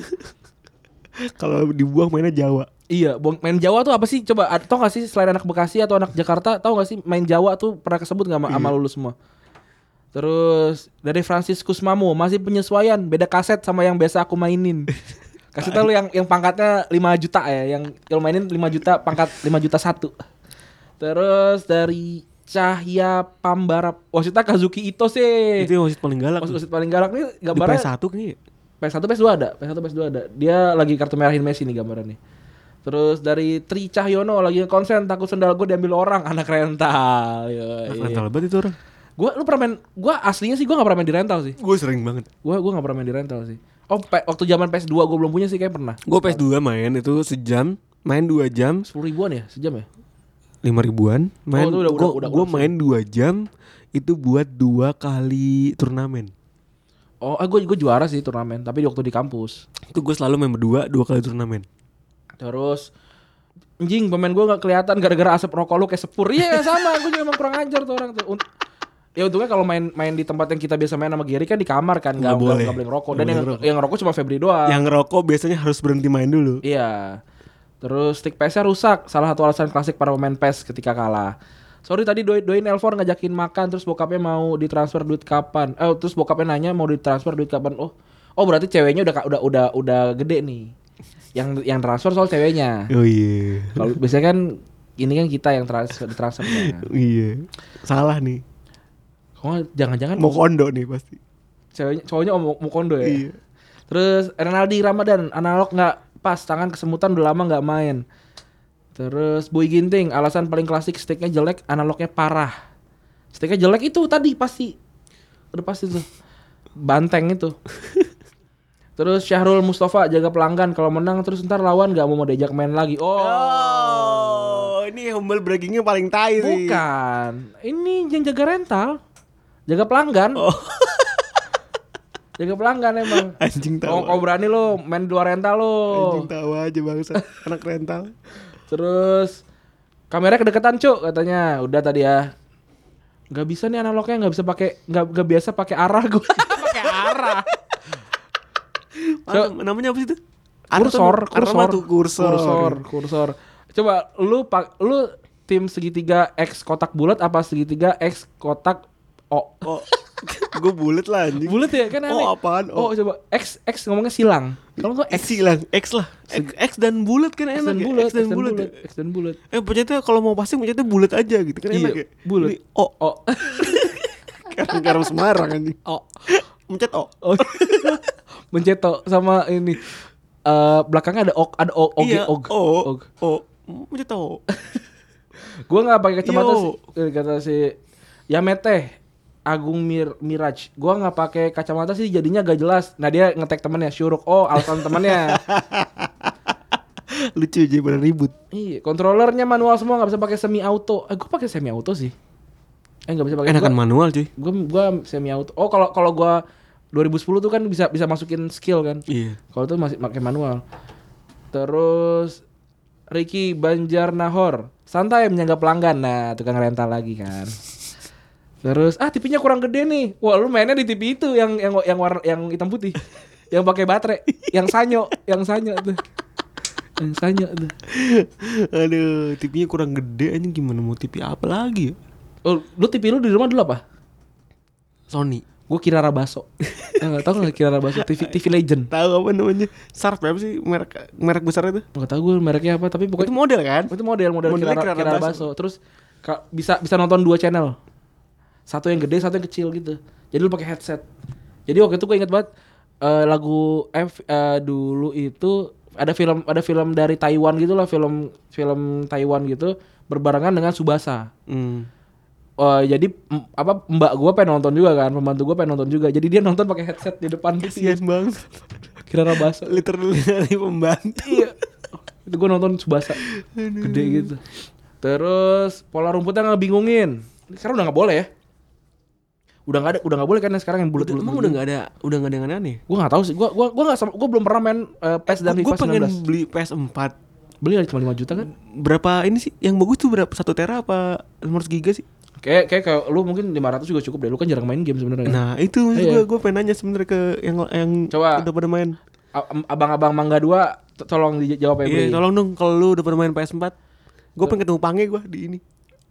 S3: Kalau dibuang mainnya Jawa.
S2: iya bong- main jawa tuh apa sih coba a- tau gak sih selain anak bekasi atau anak jakarta tau gak sih main jawa tuh pernah kesebut nggak sama sama
S3: Hmm.
S2: lu semua terus dari Francis Kusmamo masih penyesuaian beda kaset sama yang biasa aku mainin kasetnya lu yang yang pangkatnya 5 juta ya yang yang mainin 5 juta pangkat 5 juta satu Terus dari Cahya Pambarap. Wasita Kazuki Ito sih.
S3: Itu yang wasit paling galak.
S2: Wasit wasit paling galak nih
S3: Di
S2: Eh, gambarnya Iya.
S3: PS1 kayaknya.
S2: PS1 PS2 ada, PS1 PS2 ada. Dia lagi kartu merahin Messi nih gambarannya. Terus dari Tri Cahyono lagi konsen takut sendal gue diambil orang anak rental. Yoi.
S3: Rental banget itu orang.
S2: Gua lu pernah main gua aslinya sih gua nggak pernah main di rental sih.
S3: Gue sering banget.
S2: Gua gua nggak pernah main di rental sih. Oh, pe- waktu zaman PS2 gua belum punya sih kayak pernah.
S3: Gue PS2 main itu sejam. Main 2 jam.
S2: 10 ribuan ya sejam ya?
S3: 5 ribuan. Main,
S2: itu udah-
S3: gue
S2: udah- udah- udah.
S3: main 2 jam. Itu buat dua kali turnamen.
S2: Oh, eh, gua gua juara sih turnamen, tapi waktu di kampus.
S3: Itu gue selalu main berdua dua kali turnamen.
S2: Terus anjing pemain gue nggak kelihatan gara-gara asap rokok lu kayak sepur. Iya sama, gue juga emang kurang ajar tuh orang tuh. Unt- ya untungnya kalau main main di tempat yang kita biasa main sama Giri kan di kamar kan nggak
S3: Nggak boleh.
S2: boleh nggak boleh ngerokok dan
S3: Nggak
S2: yang
S3: boleh
S2: yang ngerokok cuma Febri doang.
S3: Yang ngerokok biasanya harus berhenti main dulu.
S2: Iya. Terus stick PS-nya rusak, salah satu alasan klasik para pemain PES ketika kalah. Sorry tadi doi doin Elfor ngajakin makan terus bokapnya mau ditransfer duit kapan? Eh terus bokapnya nanya mau ditransfer duit kapan? Oh. Oh berarti ceweknya udah udah udah udah gede nih. Yang yang transfer soal ceweknya.
S3: Oh iya.
S2: Kalau biasanya kan ini kan kita yang transfer kan. transfernya.
S3: Iya. Salah nih.
S2: Kok jangan-jangan
S3: Kan Mau kondo nih pasti.
S2: ceweknya cowoknya om Mukondo ya.
S3: Iya.
S2: Terus Renaldi Ramadan analog nggak pas tangan kesemutan udah lama nggak main. Terus Boy Ginting alasan paling klasik sticknya jelek analognya parah. Sticknya jelek itu tadi pasti udah pasti tuh banteng itu. Terus Syahrul Mustafa jaga pelanggan kalau menang terus ntar lawan nggak mau diajak main lagi. oh.
S3: Oh, ini humble braggingnya paling tai sih.
S2: Bukan. Ini yang jaga rental. Jaga pelanggan.
S3: Oh.
S2: jaga pelanggan emang.
S3: Anjing
S2: Oh,
S3: tawa.
S2: kau berani lo main di luar rental lo.
S3: Anjing tawa aja bangsa anak rental.
S2: Terus kamera kedekatan, Cuk, katanya. Udah tadi ya. Gak bisa nih analognya nggak bisa pakai nggak nggak biasa pakai arah gua. pakai arah.
S3: Apa- namanya apa sih itu?
S2: Kursor,
S3: Arah tuh- arah
S2: kursor,
S3: tuh kursor.
S2: kursor, kursor. Coba lu pak lu tim segitiga X kotak bulat apa segitiga X kotak O?
S3: Oh. gue bulet lah anjing.
S2: Bulat ya kan aneh.
S3: Oh, apaan?
S2: Oh.
S3: Oh.
S2: coba X X ngomongnya silang. Kalau gua X,
S3: X lah, X lah. X, X dan bulat kan
S2: X dan
S3: enak. ya?
S2: bulat,
S3: X dan bulat. ya?
S2: X dan bulat.
S3: Eh pencetnya kalau mau passing pencetnya bulat aja gitu kan enak ya.
S2: Iya, bulat.
S3: Ini O
S2: Oh.
S3: Garam Semarang anjing.
S2: Oh.
S3: Mencet O.
S2: Oh. Mencetok sama ini eh belakangnya ada og ada og og
S3: Iya,
S2: og.
S3: O.
S2: og.
S3: O. Mencet O.
S2: Gua nggak pakai kacamata
S3: Yo.
S2: sih eh, kata si ya meteh Agung Mir Miraj. Gua nggak pakai kacamata sih jadinya gak jelas. Nah dia ngetek temennya syuruk. Oh alasan temennya.
S3: Lucu aja pada ribut.
S2: Iya, kontrolernya manual semua nggak bisa pakai semi auto. Eh, gua pakai semi auto sih. Eh nggak bisa pakai.
S3: Enakan
S2: Gua-
S3: manual cuy.
S2: Gua gua semi auto. Oh kalau kalau gua 2010 tuh kan bisa bisa masukin skill kan.
S3: Iya.
S2: Kalau itu masih pakai manual. Terus Ricky Banjar Nahor santai menyanggap pelanggan. Nah, tukang rental lagi kan. Terus ah TV-nya kurang gede nih. Wah, lu mainnya di TV itu yang yang yang warna yang hitam putih. yang pakai baterai, yang sanyo, yang sanyo tuh. Yang sanyo tuh.
S3: Aduh, TV-nya kurang gede anjing gimana mau TV apa lagi ya?
S2: Oh, lu TV lu di rumah dulu apa?
S3: Sony.
S2: Gue Kirara Baso. Enggak tahu enggak Kirara Baso TV TV Legend.
S3: Tahu apa namanya? Sharp apa sih merek merek besar itu?
S2: Enggak tahu gue mereknya apa, tapi
S3: Itu
S2: pokoknya
S3: model kan?
S2: itu model model
S3: Modelnya
S2: Kirara,
S3: Kirara
S2: Kirara Baso.
S3: Baso.
S2: Terus ka- bisa bisa nonton dua channel. Satu yang gede, satu yang kecil gitu. Jadi lu pakai headset. Jadi waktu itu gue inget banget eh, lagu eh, f- eh, dulu itu ada film ada film dari Taiwan gitu lah, film film Taiwan gitu berbarengan dengan Subasa.
S3: Hmm.
S2: Eh, jadi m- apa mbak gua pengen nonton juga kan pembantu gua pengen nonton juga jadi dia nonton pakai headset di depan
S3: Kasian banget.
S2: kira bahasa
S3: Literally dari pembantu.
S2: iya itu gua nonton subasa gede gitu terus pola rumputnya nggak bingungin sekarang udah nggak boleh ya udah nggak ada udah nggak boleh kan yang sekarang yang bulat bulat
S3: Emang udah nggak ada udah nggak ada yang aneh.
S2: gua nggak tahu sih gua gua gua nggak sama- gua belum pernah main eh, PES dan
S3: Gue
S2: FIFA
S3: pengen
S2: 19
S3: beli PS4
S2: beli aja cuma 5 juta kan
S3: berapa ini sih yang bagus tuh berapa satu tera apa 500 giga sih
S2: kayak kayak kayak lu mungkin 500 juga cukup deh lu kan jarang main game sebenarnya
S3: nah itu maksud
S2: Iya.
S3: gue gue pengen nanya sebenarnya ke yang yang
S2: Coba.
S3: udah pada main
S2: A- am- abang-abang mangga 2 to- tolong dijawab ya
S3: iya
S2: Bri.
S3: tolong dong kalau lu udah pada main PS4 gue pengen ketemu pange gue di ini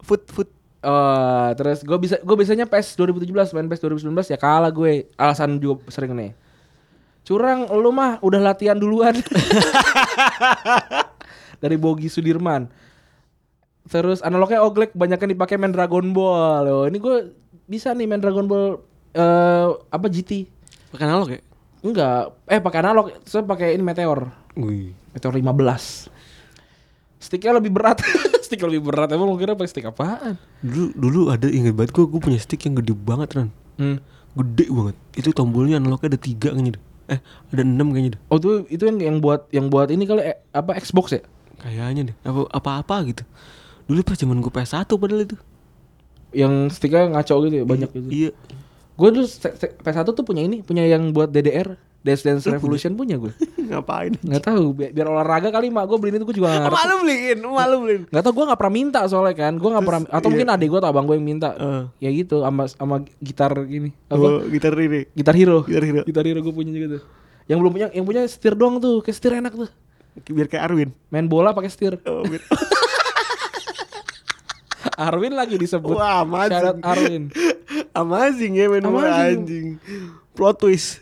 S3: food food
S2: Oh, terus gue bisa gue biasanya PES 2017 main PES 2019 ya kalah gue. Alasan juga sering nih. Curang lu mah udah latihan duluan. Dari Bogi Sudirman. Terus analognya oglek banyaknya dipakai main Dragon Ball. Loh, ini gue bisa nih main Dragon Ball eh apa GT.
S3: pakai analog ya
S2: Enggak, eh pakai analog, saya pakai ini Meteor.
S3: Wih.
S2: Meteor 15. Sticknya lebih berat. stick lebih berat. Emang lu kira pakai stick apaan?
S3: dulu dulu ada inget banget gue gue punya stick yang gede banget Ran
S2: Hmm.
S3: gede banget itu tombolnya analognya ada tiga kayaknya deh eh ada enam kayaknya deh
S2: Oh itu itu yang yang buat yang buat ini kali eh, apa Xbox ya?
S3: kayaknya deh apa apa apa gitu dulu pas zaman gue PS1 padahal itu
S2: Yang sticknya ngaco gitu ya, banyak gitu.
S3: iya
S2: Gue dulu se- se- PS1 tuh punya ini, punya yang buat DDR, Dance Dance Revolution punya gue.
S3: ngapain
S2: Nggak tahu bi- biar olahraga kali mak gue beliin itu gue juga nggak ngerti.
S3: Emak lu beliin, emak lu beliin. iya.
S2: Nggak tahu gue nggak pernah minta soalnya kan, gue nggak pernah atau mungkin adik gue atau abang gue yang minta.
S3: Eh.
S2: Ya gitu sama sama gitar gini apa?
S3: Apa? Oh, gitar ini.
S2: Gitar Hero.
S3: Gitar Hero.
S2: Gitar Hero gue punya juga tuh. Yang belum punya yang punya setir doang tuh, kayak setir enak tuh.
S3: Biar kayak Arwin.
S2: Main bola pakai setir.
S3: Oh, biar-
S2: Arwin lagi disebut.
S3: Wah, amazing.
S2: Syarat Arwin.
S3: Amazing ya main bola
S2: Amazing.
S3: anjing. Plot twist.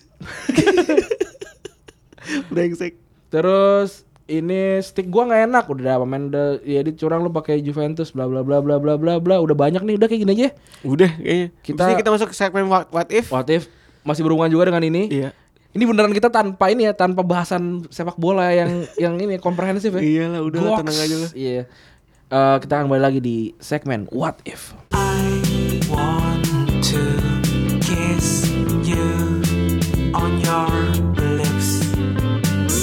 S3: Brengsek.
S2: Terus ini stick gua nggak enak udah pemain udah ya dicurang lu pakai Juventus bla bla bla bla bla bla bla udah banyak nih udah kayak gini aja.
S3: Udah kayaknya.
S2: Kita-
S3: Kita kita masuk ke segmen what, what if.
S2: What if masih berhubungan juga dengan ini.
S3: Iya.
S2: Ini beneran kita tanpa ini ya, tanpa bahasan sepak bola yang yang ini komprehensif ya.
S3: Iyalah, udah lah,
S2: Goks.
S3: tenang aja lah.
S2: Iya. Eh, kita akan kembali lagi di segmen What If.
S1: I want to kiss you on your lips.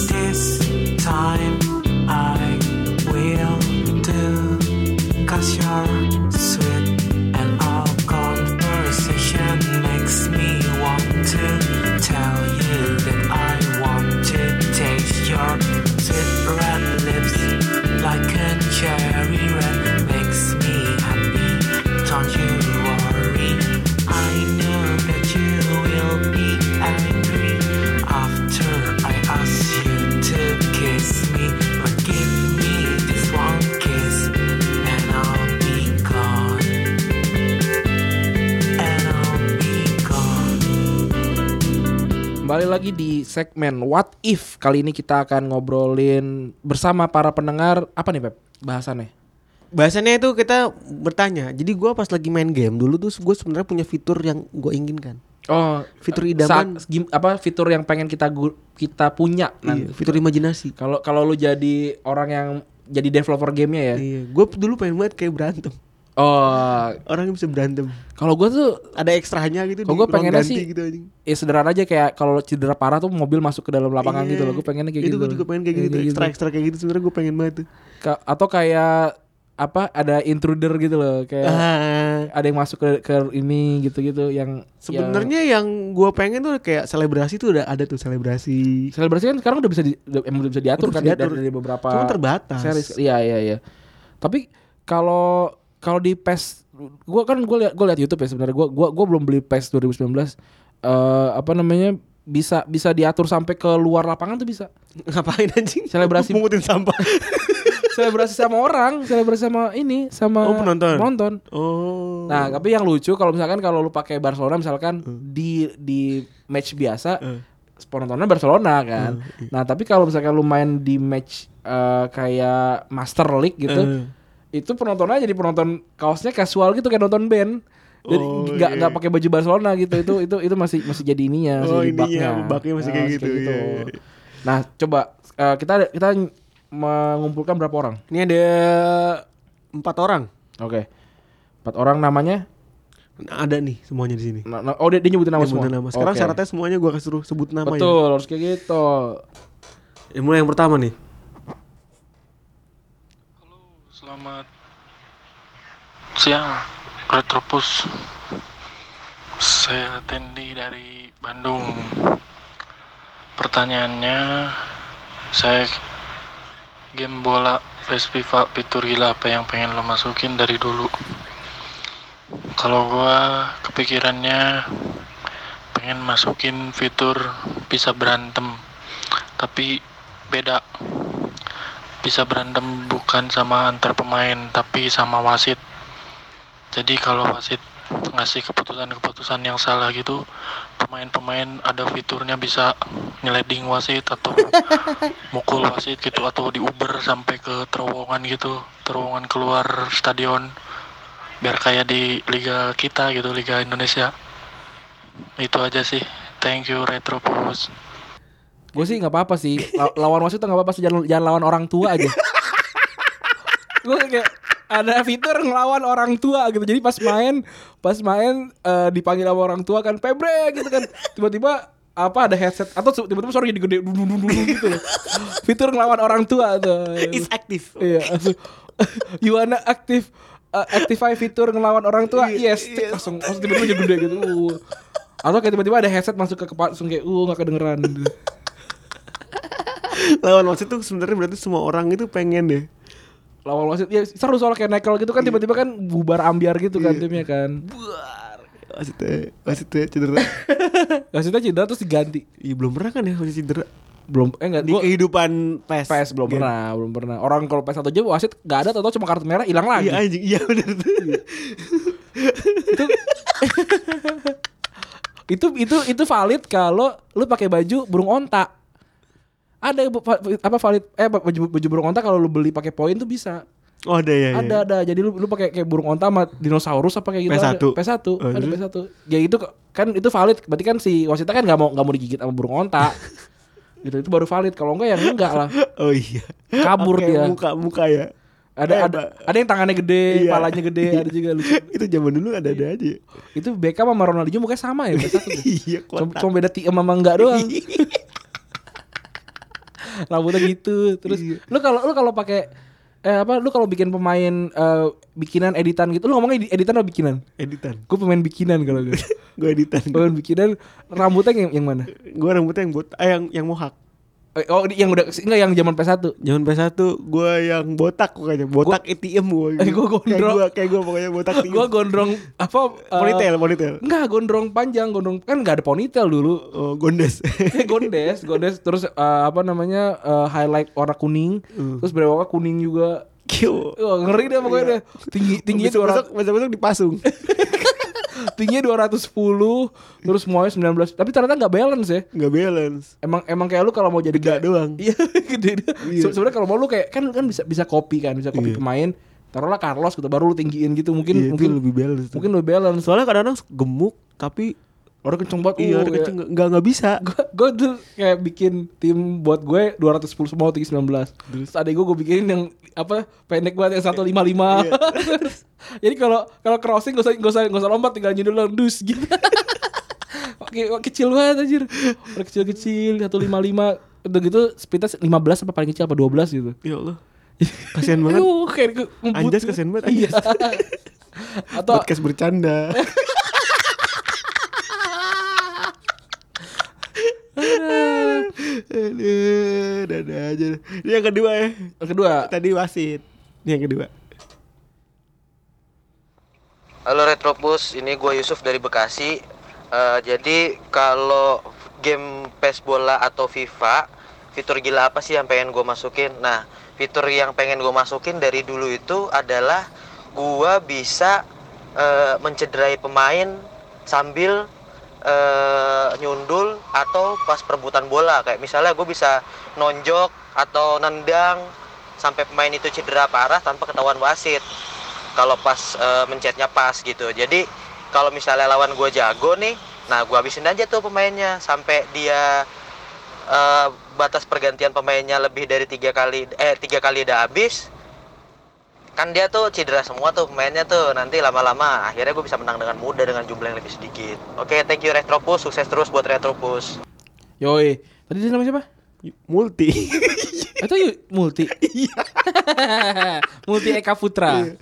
S1: This time I will do. Cause you're sweet and our conversation makes me want to tell you that I want to taste your sweet red lips like a cherry red makes me happy. Don't you worry, I know that you will be angry after I ask you to kiss me. But give me this one kiss, and I'll be gone. And I'll be
S4: E,
S1: gone.
S2: Kembali lagi di segmen What If. Kali ini kita akan ngobrolin bersama para pendengar apa nih, Pep? Bahasannya.
S3: Bahasannya itu kita bertanya. Jadi gua pas lagi main game dulu tuh gua sebenarnya punya fitur yang gua inginkan.
S2: Oh,
S3: Fitur
S2: eh,
S3: idaman.
S2: saat- gim- apa fitur yang pengen kita gu- kita punya nanti.
S3: Iya, fitur imajinasi.
S2: Kalau kalau lu jadi orang yang jadi developer gamenya ya.
S3: Iya, gua dulu pengen banget kayak berantem.
S2: Oh,
S3: Orang yang bisa berantem.
S2: kalau gua tuh
S3: Ada ekstranya gitu
S2: Kalau
S3: di
S2: Oh, gua
S3: ruang
S2: pengennya
S3: ganti
S2: sih-
S3: gitu anjing.
S2: ya sederhana aja kayak kalau cedera parah tuh mobil masuk ke dalam lapangan
S3: Iya.
S2: gitu loh. Gue pengennya kayak
S3: itu
S2: gitu.
S3: gue juga pengen kayak gitu, ekstra ekstra kayak gitu sebenarnya gue pengen banget tuh
S2: Ka- atau kayak apa ada intruder gitu loh kayak
S3: Ah,
S2: ada yang masuk ke ke ini gitu-gitu yang yang-
S3: sebenarnya yang gue pengen tuh kayak selebrasi tuh udah ada tuh selebrasi
S2: selebrasi kan sekarang udah bisa di, udah, emang udah bisa diatur
S3: Udah
S2: kan
S3: bisa diatur.
S2: Dari, dari beberapa
S3: Cuman terbatas.
S2: series. Iya iya iya. Tapi kalau kalau di PES gua kan gue liat gue liat YouTube ya sebenarnya gua gua gua belum beli PES 2019 eh apa namanya bisa bisa diatur sampai ke luar lapangan tuh bisa.
S3: ngapain anjing
S2: Selebrasi.
S3: mungutin sampah
S2: selebrasi sama orang, selebrasi sama ini, sama
S3: Oh, penonton.
S2: penonton.
S3: Oh.
S2: Nah, tapi yang lucu kalau misalkan kalau lu pakai Barcelona misalkan
S3: Hmm.
S2: di di match biasa penontonnya Barcelona kan.
S3: Hmm, iya.
S2: Nah, tapi kalau misalkan lu main di match eh, kayak Master League gitu,
S3: Eh.
S2: itu penontonnya jadi penonton kaosnya casual gitu kayak nonton band. Jadi
S3: Oh,
S2: nggak
S3: iya.
S2: nggak pakai baju Barcelona gitu. Itu itu itu masih masih jadi ininya, masih
S3: Oh,
S2: jadi
S3: ininya,
S2: bug-nya. Ah,
S3: bug-nya masih kayak gitu, iya, iya, iya.
S2: Nah, coba eh, kita kita mengumpulkan berapa orang?
S3: Ini ada empat orang.
S2: Oke. Empat orang namanya
S3: Ada nih semuanya di sini.
S2: Na- na- Oh dia, dia nyebutin nama
S3: Yang
S2: semua.
S3: bener nama. Sekarang
S2: Oke.
S3: syaratnya semuanya gua kasih suruh sebut nama ya.
S2: Betul, harus kayak gitu.
S3: Ya, mulai yang pertama nih.
S5: Selamat siang Retropus Saya Tendi dari Bandung Pertanyaannya Saya Game bola PS FIFA Fitur gila apa yang pengen lo masukin dari dulu Kalau gua kepikirannya Pengen masukin fitur Bisa berantem Tapi beda bisa berantem bukan sama antar pemain tapi sama wasit jadi kalau wasit ngasih keputusan-keputusan yang salah gitu pemain-pemain ada fiturnya bisa nyeleding wasit atau mukul wasit gitu atau diuber sampai ke terowongan gitu terowongan keluar stadion biar kayak di liga kita gitu liga Indonesia itu aja sih thank you Retropus
S2: Gue sih nggak apa-apa sih. La- lawan wasit tuh nggak apa-apa sih. Jangan, jangan lawan orang tua aja. Gue kayak ada fitur ngelawan orang tua gitu. Jadi pas main, pas main eh, dipanggil sama orang tua kan pebre gitu kan. Tiba-tiba apa ada headset atau su- tiba-tiba suara jadi gede dun, dun, dun, dun, gitu. Fitur ngelawan orang tua tuh.
S3: Is aktif.
S2: Iya. langsung, You wanna active uh, activate fitur ngelawan orang tua? Yes. Cek, Langsung, langsung tiba-tiba jadi gede gitu. Uh. Atau kayak tiba-tiba ada headset masuk ke kepala langsung kayak uh gak kedengeran.
S3: Lawan wasit tuh sebenarnya berarti semua orang itu pengen deh.
S2: Lawan wasit ya seru soal kayak nekel gitu kan tiba-tiba kan bubar ambiar gitu kan timnya kan.
S3: Wasitnya, wasitnya cedera.
S2: Wasitnya cedera Nah, terus diganti.
S3: Iya belum pernah kan ya wasit cedera.
S2: Belum eh enggak
S3: Di
S2: gua
S3: kehidupan PES.
S2: PS belum
S3: Game.
S2: pernah, belum pernah. Orang kalau PS satu aja wasit gak ada atau cuma kartu merah hilang lagi.
S3: Iya anjing, iya bener
S2: itu itu itu valid kalau lu pakai baju burung onta ada bu- va- apa valid eh baju, baju burung onta kalau lu beli pakai poin tuh bisa
S3: Oh ada ya. ya.
S2: ada ada jadi lu lu pakai kayak burung onta sama dinosaurus apa kayak gitu
S3: P1.
S2: ada P1
S3: Oh,
S2: ada
S3: terus?
S2: P1 ya itu ke- kan itu valid berarti kan si wasitnya kan nggak mau nggak mau digigit sama burung onta gitu itu baru valid kalau enggak ya enggak lah
S3: Oh iya.
S2: Kabur
S3: Oke,
S2: dia.
S3: Muka muka ya.
S2: ada
S3: Eh,
S2: ada
S3: Pak.
S2: ada yang tangannya gede
S3: Iya.
S2: palanya gede ada juga lucu Iya.
S3: itu zaman dulu ada ada aja. ya.
S2: itu Beckham sama Ronaldinho mukanya sama ya P1 tuh.
S3: iya
S2: Cuma,
S3: kotak. Iya.
S2: cuma beda tiga sama enggak doang. Rambutnya gitu. Terus lu kalau lu kalau pakai eh apa lu kalau bikin pemain eh, bikinan editan gitu lu ngomongnya edi- editan atau bikinan?
S3: Editan.
S2: Gue pemain bikinan kalau gue.
S3: Gue editan.
S2: pemain bikinan rambutnya yang, yang mana?
S3: Gue rambutnya yang buat eh, yang yang mohak.
S2: Eh, Oh, di- yang udah enggak yang zaman PS1.
S3: Zaman PS1 gue yang botak pokoknya. Botak ATM gue.
S2: Eh, gua
S3: Kayak
S2: gondrong.
S3: gue kayak gue pokoknya botak ATM.
S2: Gue gondrong apa eh,
S3: ponytail, ponytail.
S2: Enggak, gondrong panjang, gondrong kan enggak ada ponytail dulu.
S3: Oh, gondes.
S2: Eh, gondes, gondes terus eh, apa namanya eh, highlight warna kuning, terus berwarna kuning juga.
S3: Kyo.
S2: Wah, ngeri deh pokoknya deh. Tinggi tingginya
S3: besok, besok,
S2: 200
S3: besok, besok dipasung.
S2: tingginya 210 terus semuanya 19. Tapi ternyata nggak balance ya.
S3: Nggak balance.
S2: Emang emang kayak lu kalau mau jadi kayak-
S3: Gak doang.
S2: Iya, gede. deh.
S3: Iya.
S2: Se- Sebenarnya kalau mau lu kayak kan kan bisa bisa copy kan, bisa copy
S3: Iya.
S2: pemain. Taruhlah Carlos gitu baru lu tinggiin gitu mungkin
S3: Iya, itu
S2: mungkin
S3: lebih balance. tuh.
S2: mungkin lu balance.
S3: Soalnya kadang-kadang gemuk tapi
S2: Orang kenceng banget. Uh,
S3: iya ada kenceng nggak nggak bisa.
S2: Gue tuh kayak bikin tim buat gue 210 semua tinggi 19 Terus adek gue gue bikinin yang apa pendek banget yang 155
S3: Iya.
S2: Terus, Jadi kalau kalau crossing gak usah, gak usah, gak usah lompat tinggal nyundul lang dus gitu Oke wah, kecil banget anjir Orang kecil-kecil 155 Udah gitu speednya 15 apa paling kecil apa 12 gitu
S3: Ya Allah. Kasihan banget.
S2: Aduh kayak gue ngebut
S3: Anjas
S2: gitu.
S3: kasihan banget
S2: Iya
S3: Anjas.
S2: Atau
S3: Podcast bercanda. Aduh, dadah aja. Ini yang kedua ya.
S2: yang kedua
S3: Tadi wasit. Ini yang kedua.
S6: Halo Retrobus, ini gue Yusuf dari Bekasi. Eh, jadi kalau game PES bola atau FIFA fitur gila apa sih yang pengen gue masukin nah fitur yang pengen gue masukin dari dulu itu adalah gue bisa eh, mencederai pemain sambil eh, nyundul atau pas perebutan bola kayak misalnya gue bisa nonjok atau nendang sampai pemain itu cedera parah tanpa ketahuan wasit kalau pas eh, mencetnya pas gitu jadi kalau misalnya lawan gue jago nih nah gue habisin aja tuh pemainnya sampai dia eh, batas pergantian pemainnya lebih dari tiga kali eh tiga kali udah habis kan dia tuh cedera semua tuh pemainnya tuh nanti lama-lama akhirnya gue bisa menang dengan mudah dengan jumlah yang lebih sedikit oke thank you Retropus sukses terus buat Retropus
S2: Yoi. Tadi dia namanya siapa?
S3: multi
S2: Itu Yu- multi.
S3: Iya.
S2: multi Eka Putra. Eh,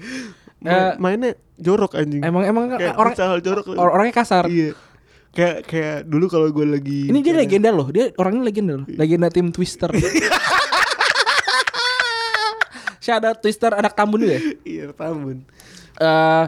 S3: Ma- mainnya jorok anjing
S2: emang emang
S3: Iya. Kayak
S2: orang
S3: futsal jorok
S2: or- orangnya kasar.
S3: iya kayak kayak dulu kalau gue lagi
S2: Ini dia legenda loh. Dia orangnya legenda loh.
S3: Iya.
S2: Legenda tim Twister. Shadow Twister anak Tambun dulu ya.
S3: iya tambun
S2: Eh,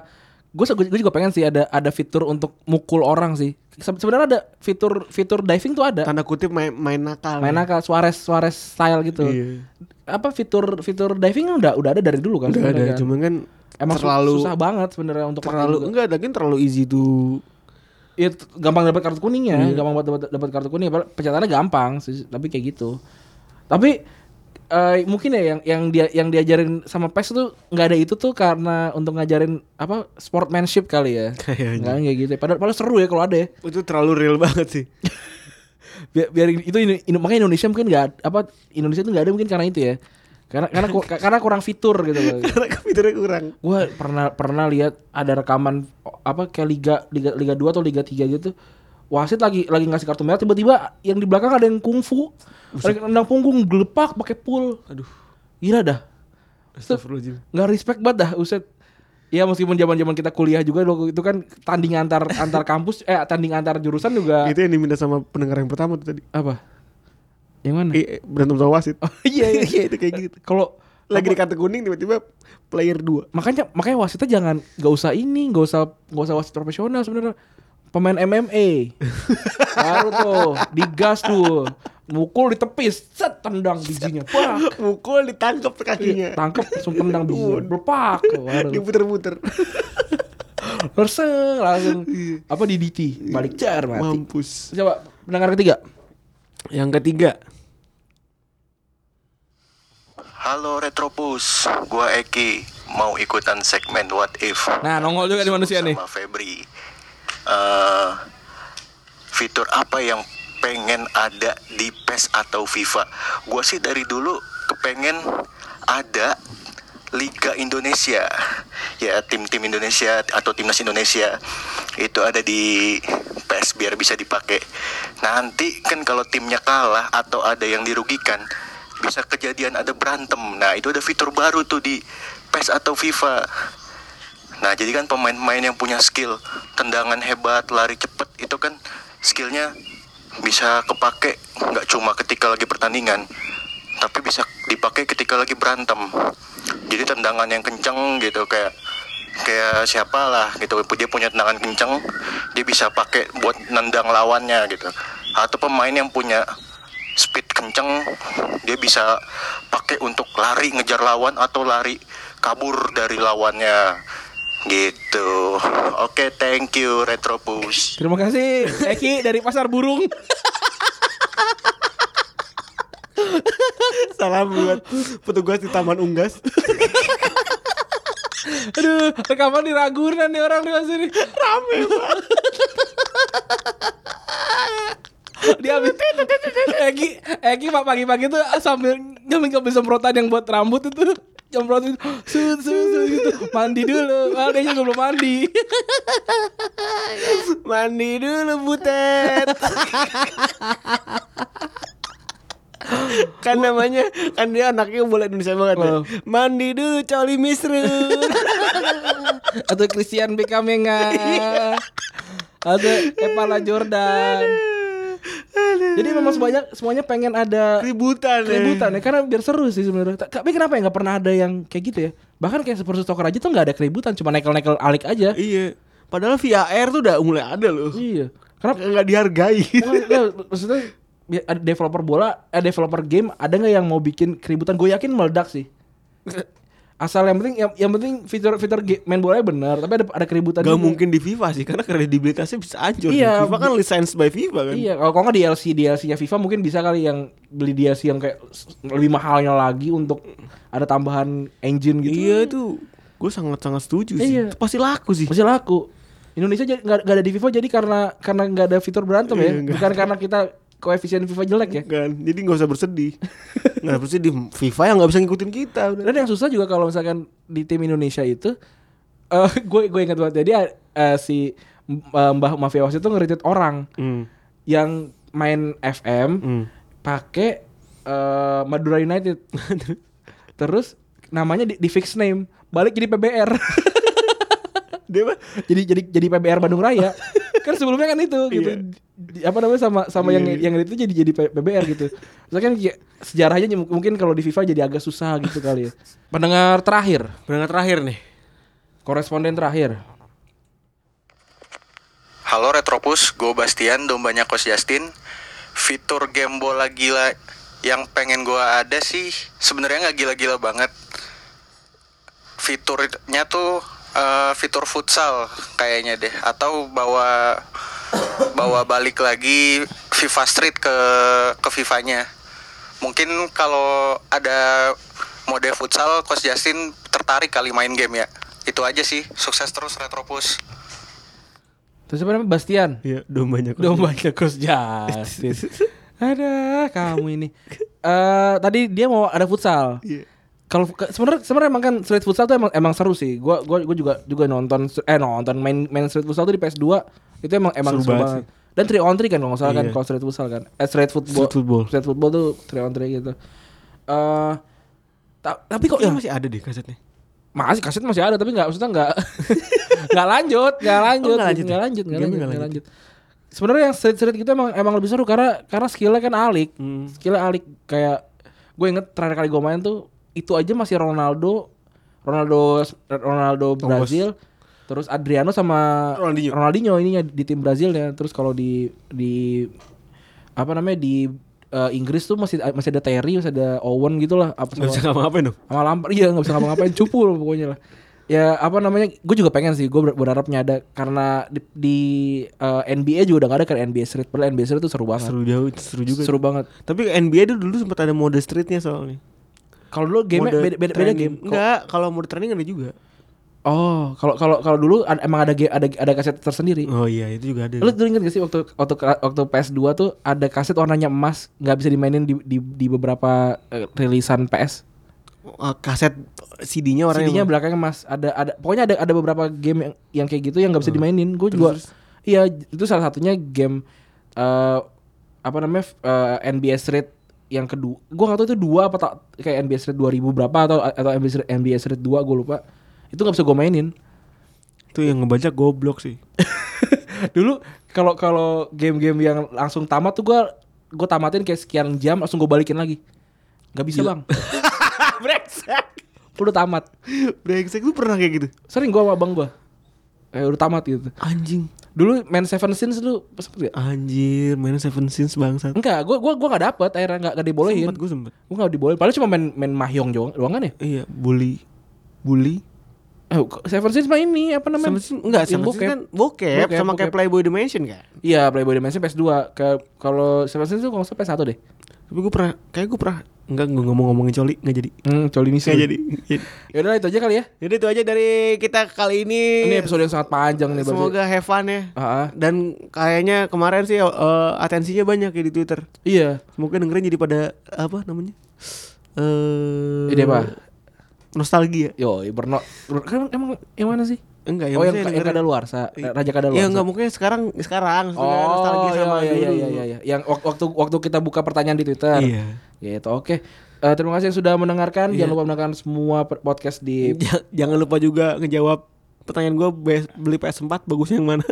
S2: gue se- gue juga pengen sih ada ada fitur untuk mukul orang sih. Se- Sebenarnya ada fitur fitur diving tuh ada.
S3: tanda kutip main main nakal
S2: Main nakal Suarez Suarez style gitu.
S3: Iya.
S2: Apa fitur fitur diving kan udah udah ada dari dulu kan?
S3: Udah ada
S2: sebenarnya kan?
S3: cuman kan
S2: Emang su-
S3: terlalu
S2: susah banget sebenarnya untuk pakai gitu.
S3: terlalu
S2: juga.
S3: enggak lagi terlalu easy tuh
S2: Iya, t- gampang dapat kartu kuning ya, gampang buat dapat dapat kartu kuning. Padahal Pencetannya gampang, sih, tapi kayak gitu. Tapi eh, mungkin ya yang yang dia yang diajarin sama PES tuh nggak ada itu tuh karena untuk ngajarin apa sportmanship kali ya.
S3: Kayaknya.
S2: Nggak kayak gitu. Padahal, padahal seru ya kalau ada ya.
S3: itu terlalu real banget sih
S2: Biar, biar itu ini- ini- makanya Indonesia mungkin nggak apa Indonesia tuh nggak ada mungkin karena itu ya. Karena karena ku- karena kurang fitur gitu loh.
S3: karena komputernya kurang
S2: gue pernah pernah lihat ada rekaman o- apa kayak liga liga liga 2 atau liga 3 gitu wasit lagi lagi ngasih kartu merah tiba-tiba yang di belakang ada yang kungfu lagi nendang punggung gelepak pakai pul aduh gila dah
S3: Astagfirullahaladzim
S2: nggak respect banget dah uset ya meskipun zaman zaman kita kuliah juga loh itu kan tanding antar antar kampus eh tanding antar jurusan juga
S3: itu yang diminta sama pendengar yang pertama tuh tadi
S2: apa yang mana
S3: Eh, eh, berantem sama wasit
S2: iya, iya.
S3: itu kayak gitu
S2: kalau
S3: lagi di kartu kuning tiba-tiba player 2
S2: makanya makanya wasitnya jangan nggak usah ini nggak usah nggak usah wasit profesional sebenarnya pemain MMA baru tuh digas tuh mukul ditepis set tendang bijinya pak
S3: mukul ditangkap kakinya
S2: tangkep langsung tendang bijinya berpak baru
S3: diputer-puter
S2: langsung langsung apa di DT balik jar mati
S3: mampus
S2: coba pendengar ketiga
S3: yang ketiga
S4: Halo Retropus, gua Eki mau ikutan segmen What If.
S2: nah nongol juga di manusia nih
S4: sama Febri. Eh, fitur apa yang pengen ada di PES atau FIFA? Gua sih dari dulu kepengen ada Liga Indonesia. Ya tim-tim Indonesia atau timnas Indonesia itu ada di PES biar bisa dipakai. Nanti kan kalau timnya kalah atau ada yang dirugikan bisa kejadian ada berantem. Nah, itu ada fitur baru tuh di PES atau FIFA. Nah, jadi kan pemain-pemain yang punya skill tendangan hebat, lari cepet itu kan skillnya bisa kepake nggak cuma ketika lagi pertandingan, tapi bisa dipakai ketika lagi berantem. Jadi tendangan yang kenceng gitu kayak kayak siapalah gitu dia punya tendangan kenceng dia bisa pakai buat nendang lawannya gitu atau pemain yang punya speed kenceng dia bisa pakai untuk lari ngejar lawan atau lari kabur dari lawannya gitu oke thank you retropus
S2: terima kasih Eki dari pasar burung
S3: salam buat petugas di taman unggas
S2: aduh rekaman di Ragunan nih orang di sini rame banget dia habis Eki Eki pak pagi-pagi tuh sambil ngambil ngambil semprotan yang buat rambut itu semprotin su su su gitu mandi dulu ah, dia juga belum mandi
S3: mandi dulu butet kan namanya kan dia anaknya bola Indonesia banget ya.
S2: Wow.
S3: mandi dulu coli misrun
S2: atau Christian Beckham yang atau Epala Jordan jadi memang semuanya semuanya pengen ada
S3: ributan ya.
S2: keributan ya karena biar seru sih sebenarnya Ta- tapi kenapa ya nggak pernah ada yang kayak gitu ya bahkan kayak Spurs Soccer aja tuh nggak ada keributan cuma nekel-nekel alik aja
S3: iya padahal VAR tuh udah mulai ada loh
S2: iya karena
S3: nggak dihargai
S2: Bukan, nggak, maksudnya bi- ada developer bola, eh developer game ada nggak yang mau bikin keributan? Gue yakin meledak sih. Asal yang penting yang, yang penting fitur fitur ge- main bolanya benar, tapi ada ada keributan.
S3: Gak
S2: juga.
S3: mungkin di FIFA sih karena kredibilitasnya bisa hancur.
S2: Iya,
S3: FIFA kan licensed by FIFA kan.
S2: Iya, kalau kalau nggak DLC DLC-nya FIFA mungkin bisa kali yang beli DLC yang kayak s- lebih mahalnya lagi untuk ada tambahan engine gitu.
S3: Iya itu gue sangat-sangat setuju sih.
S2: Iya.
S3: Itu pasti laku sih.
S2: Masih laku. Indonesia jadi- nggak nggak ada di FIFA jadi karena karena nggak ada fitur berantem ya,
S3: Iya, nggak
S2: bukan karena kita koefisien FIFA jelek ya.
S3: Kan. Jadi nggak usah bersedih. Nggak usah bersedih. FIFA yang nggak bisa ngikutin kita. udah.
S2: Dan yang susah juga kalau misalkan di tim Indonesia itu eh gue gue ingat banget jadi eh, si eh, Mbah Mafia Wasit itu ngeritit orang
S3: Hmm.
S2: yang main FM
S3: Hmm.
S2: pakai eh, Madura United. Terus namanya di, di fix name balik jadi PBR.
S3: Dia mah
S2: jadi jadi jadi PBR Bandung Raya. kan sebelumnya kan itu gitu.
S3: Iya.
S2: Di- apa namanya sama sama yang yang itu jadi jadi P- PBR gitu. Soalnya kan ya, sejarahnya nyem- mungkin kalau di FIFA jadi agak susah gitu kali ya. Pendengar terakhir,
S3: Pendengar terakhir nih.
S2: koresponden terakhir.
S4: Halo Retropus, gue Bastian, dombanya Coach Justin. Fitur game bola gila yang pengen gue ada sih sebenarnya nggak gila-gila banget. Fiturnya tuh eh, fitur futsal kayaknya deh, atau bawa bawa balik lagi FIFA Street ke ke FIFA-nya. Mungkin kalau ada mode futsal, Coach Justin tertarik kali main game ya. Itu aja sih, sukses terus Retropus.
S2: Terus apa namanya Bastian?
S3: Iya, dombanya.
S2: Dombanya Coach Justin. Ada kamu ini. Eh tadi dia mau ada futsal.
S3: Iya.
S2: Kalau ke- sebenarnya sebenarnya emang kan street futsal tuh emang emang seru sih. Gua gua gua juga juga nonton eh nonton main main street futsal tuh di PS2 itu emang emang
S3: Seru
S2: seru, banget.
S3: banget
S2: Dan 3 on 3 kan kalau nggak salah kan
S3: Iya.
S2: kalau street futsal kan. Eh street football.
S3: Street football.
S2: Street football tuh 3 on 3 gitu. Eh ta- tapi kok
S3: Kayaknya
S2: ya,
S3: masih ada deh kasetnya.
S2: masih kaset masih ada tapi nggak maksudnya nggak nggak lanjut nggak lanjut nggak lanjut
S3: nggak lanjut ya?
S2: nggak lanjut nggak
S3: Gamenya
S2: lanjut,
S3: nggak
S2: nggak lanjut. sebenarnya yang street street gitu emang emang lebih seru karena karena skillnya kan alik
S3: Hmm.
S2: skillnya alik kayak gue inget terakhir kali gue main tuh itu aja masih Ronaldo Ronaldo Ronaldo Brazil terus Adriano sama
S3: Ronaldinho.
S2: Ronaldinho ininya di tim Brazil ya terus kalau di di apa namanya di eh, Inggris tuh masih masih ada Terry masih ada Owen gitu lah apa
S3: Gak
S2: sama-
S3: bisa ngapa-ngapain dong.
S2: sama lampar iya nggak bisa ngapa-ngapain cupu loh pokoknya lah ya apa namanya gue juga pengen sih gue ber- berharapnya ada karena di, di, eh, NBA juga udah gak ada kan NBA Street padahal NBA Street tuh seru banget seru,
S3: Seru jauh, seru juga.
S2: banget
S3: Tapi NBA dulu, dulu sempat ada mode streetnya soalnya.
S2: kalau dulu game
S3: Mode
S2: beda beda, beda
S3: training.
S2: game Kok-
S3: Enggak, kalau mode training ada juga.
S2: oh kalau kalau kalau dulu ada- emang ada ge- ada ada kaset tersendiri
S3: Oh iya, itu juga ada.
S2: lu dulu inget gak sih waktu waktu waktu PS2 tuh ada kaset warnanya emas nggak bisa dimainin di di, di beberapa eh, rilisan PS
S3: Oh, kaset CD-nya warnanya
S2: CD-nya
S3: apa?
S2: belakangnya mas ada ada pokoknya ada ada beberapa game yang yang kayak gitu yang nggak bisa dimainin gue juga iya itu salah satunya game eh apa namanya eh, NBA Street yang kedua gue nggak tahu itu dua apa tak kayak NBA Street 2000 berapa atau atau NBA Street, NBA Street 2 gue lupa itu nggak bisa gue mainin
S3: Itu yang ngebaca goblok sih.
S2: dulu kalau kalau game-game yang langsung tamat tuh gue gue tamatin kayak sekian jam langsung gue balikin lagi nggak bisa bang
S3: Brengsek.
S2: udah tamat
S3: Brengsek lu pernah kayak gitu?
S2: sering gue sama bang gue kayak udah tamat gitu
S3: Anjing.
S2: dulu main Seven Sins dulu sempet gak?
S3: Anjir, mainnya Seven Sins bangsat.
S2: Enggak, gua gua gua enggak dapet akhirnya enggak enggak dibolehin.
S3: Sempet gue sempet.
S2: Gua enggak dibolehin. Padahal cuma main main mahjong doang doang kan ya?
S3: Iya, bully. Bully.
S2: Eh, kok Seven Sins mah ini apa namanya?
S3: Seven Sins enggak,
S2: Yang
S3: Seven Sins
S2: bokep.
S3: kan bokep,
S2: Bokep,
S3: sama kayak
S2: bokep.
S3: Playboy Dimension kan.
S2: Iya, Playboy Dimension PS2. Ke kalau Seven Sins tuh kalau nggak salah PS1 deh.
S3: Tapi gue pernah, kayak gue pernah enggak gue ngomong-ngomongin coli, enggak jadi.
S2: Hmm, coli misu.
S3: Enggak jadi.
S2: Ya udah itu aja kali ya.
S3: Jadi itu aja dari kita kali ini.
S2: Ini episode yang sangat panjang nih berarti.
S3: Iya. Semoga have fun ya.
S2: Ah, ah.
S3: Dan kayaknya kemarin sih eh, atensinya banyak ya di Twitter.
S2: Iya.
S3: Semoga dengerin jadi pada apa namanya? Eh
S2: Ide apa?
S3: Nostalgia.
S2: Yo, Berno. Ber- Kan emang yang mana sih?
S3: Enggak,
S2: oh,
S3: ya
S2: yang
S3: maksudnya
S2: yang
S3: dengerin-
S2: kada luar, Raja kada luar.
S3: Ya enggak mungkin sekarang sekarang maksudnya
S2: Oh,
S3: nostalgia sama
S2: iya, iya,
S3: dulu.
S2: iya, iya, iya. Yang wak- waktu waktu kita buka pertanyaan di Twitter.
S3: Iya.
S2: Gitu. Oke. Eh, terima kasih yang sudah mendengarkan. Jangan lupa mendengarkan semua pe- podcast di
S3: Ja- Jangan lupa juga ngejawab pertanyaan gue beli PS4 bagusnya yang mana?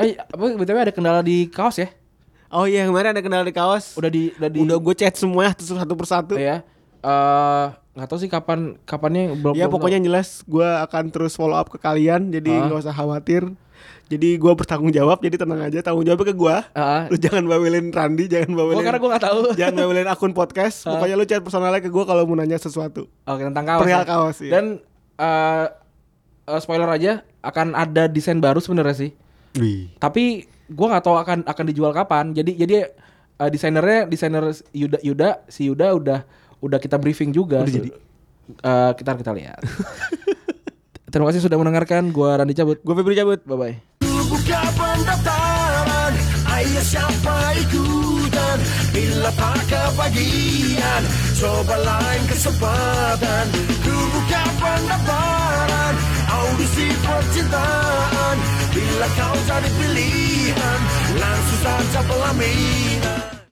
S2: Eh, apa BTW ada kendala di kaos ya?
S3: oh iya, yang kemarin ada kendala di Iya, kaos.
S2: Udah di udah di
S3: udah gue chat semuanya satu satu persatu.
S2: ya. Eh nggak tahu sih kapan kapannya belum.
S3: Ya
S2: belum
S3: pokoknya yang jelas gue akan terus follow up ke kalian
S2: Ah.
S3: jadi nggak usah khawatir. Jadi gue bertanggung jawab jadi tenang aja tanggung jawabnya ke gue.
S2: tahu. Ah,
S3: Lu jangan bawelin Randi, jangan
S2: gua
S3: bawelin.
S2: Oh, karena gue nggak tahu.
S3: jangan bawelin akun podcast.
S2: Ah.
S3: Pokoknya lu chat personalnya ke gue kalau mau nanya sesuatu.
S2: Oke tentang kaos.
S3: Perihal
S2: ya.
S3: kaos, iya.
S2: Dan eh, eh, spoiler aja akan ada desain baru sebenarnya sih. Tapi gua nggak tahu akan akan dijual kapan. Jadi jadi eh, desainernya desainer Yuda Yuda si Yuda udah udah kita briefing juga.
S3: Udah jadi?
S2: Eh, kita kita lihat. Terima kasih sudah mendengarkan. Gua Randi cabut.
S3: Gue Febri cabut.
S2: Bye bye.
S7: Buka pendaftaran, ayo siapa ikutan Bila tak kebagian, coba lain kesempatan Ku buka pendaftaran, audisi percintaan Bila kau jadi pilihan, langsung saja pelaminan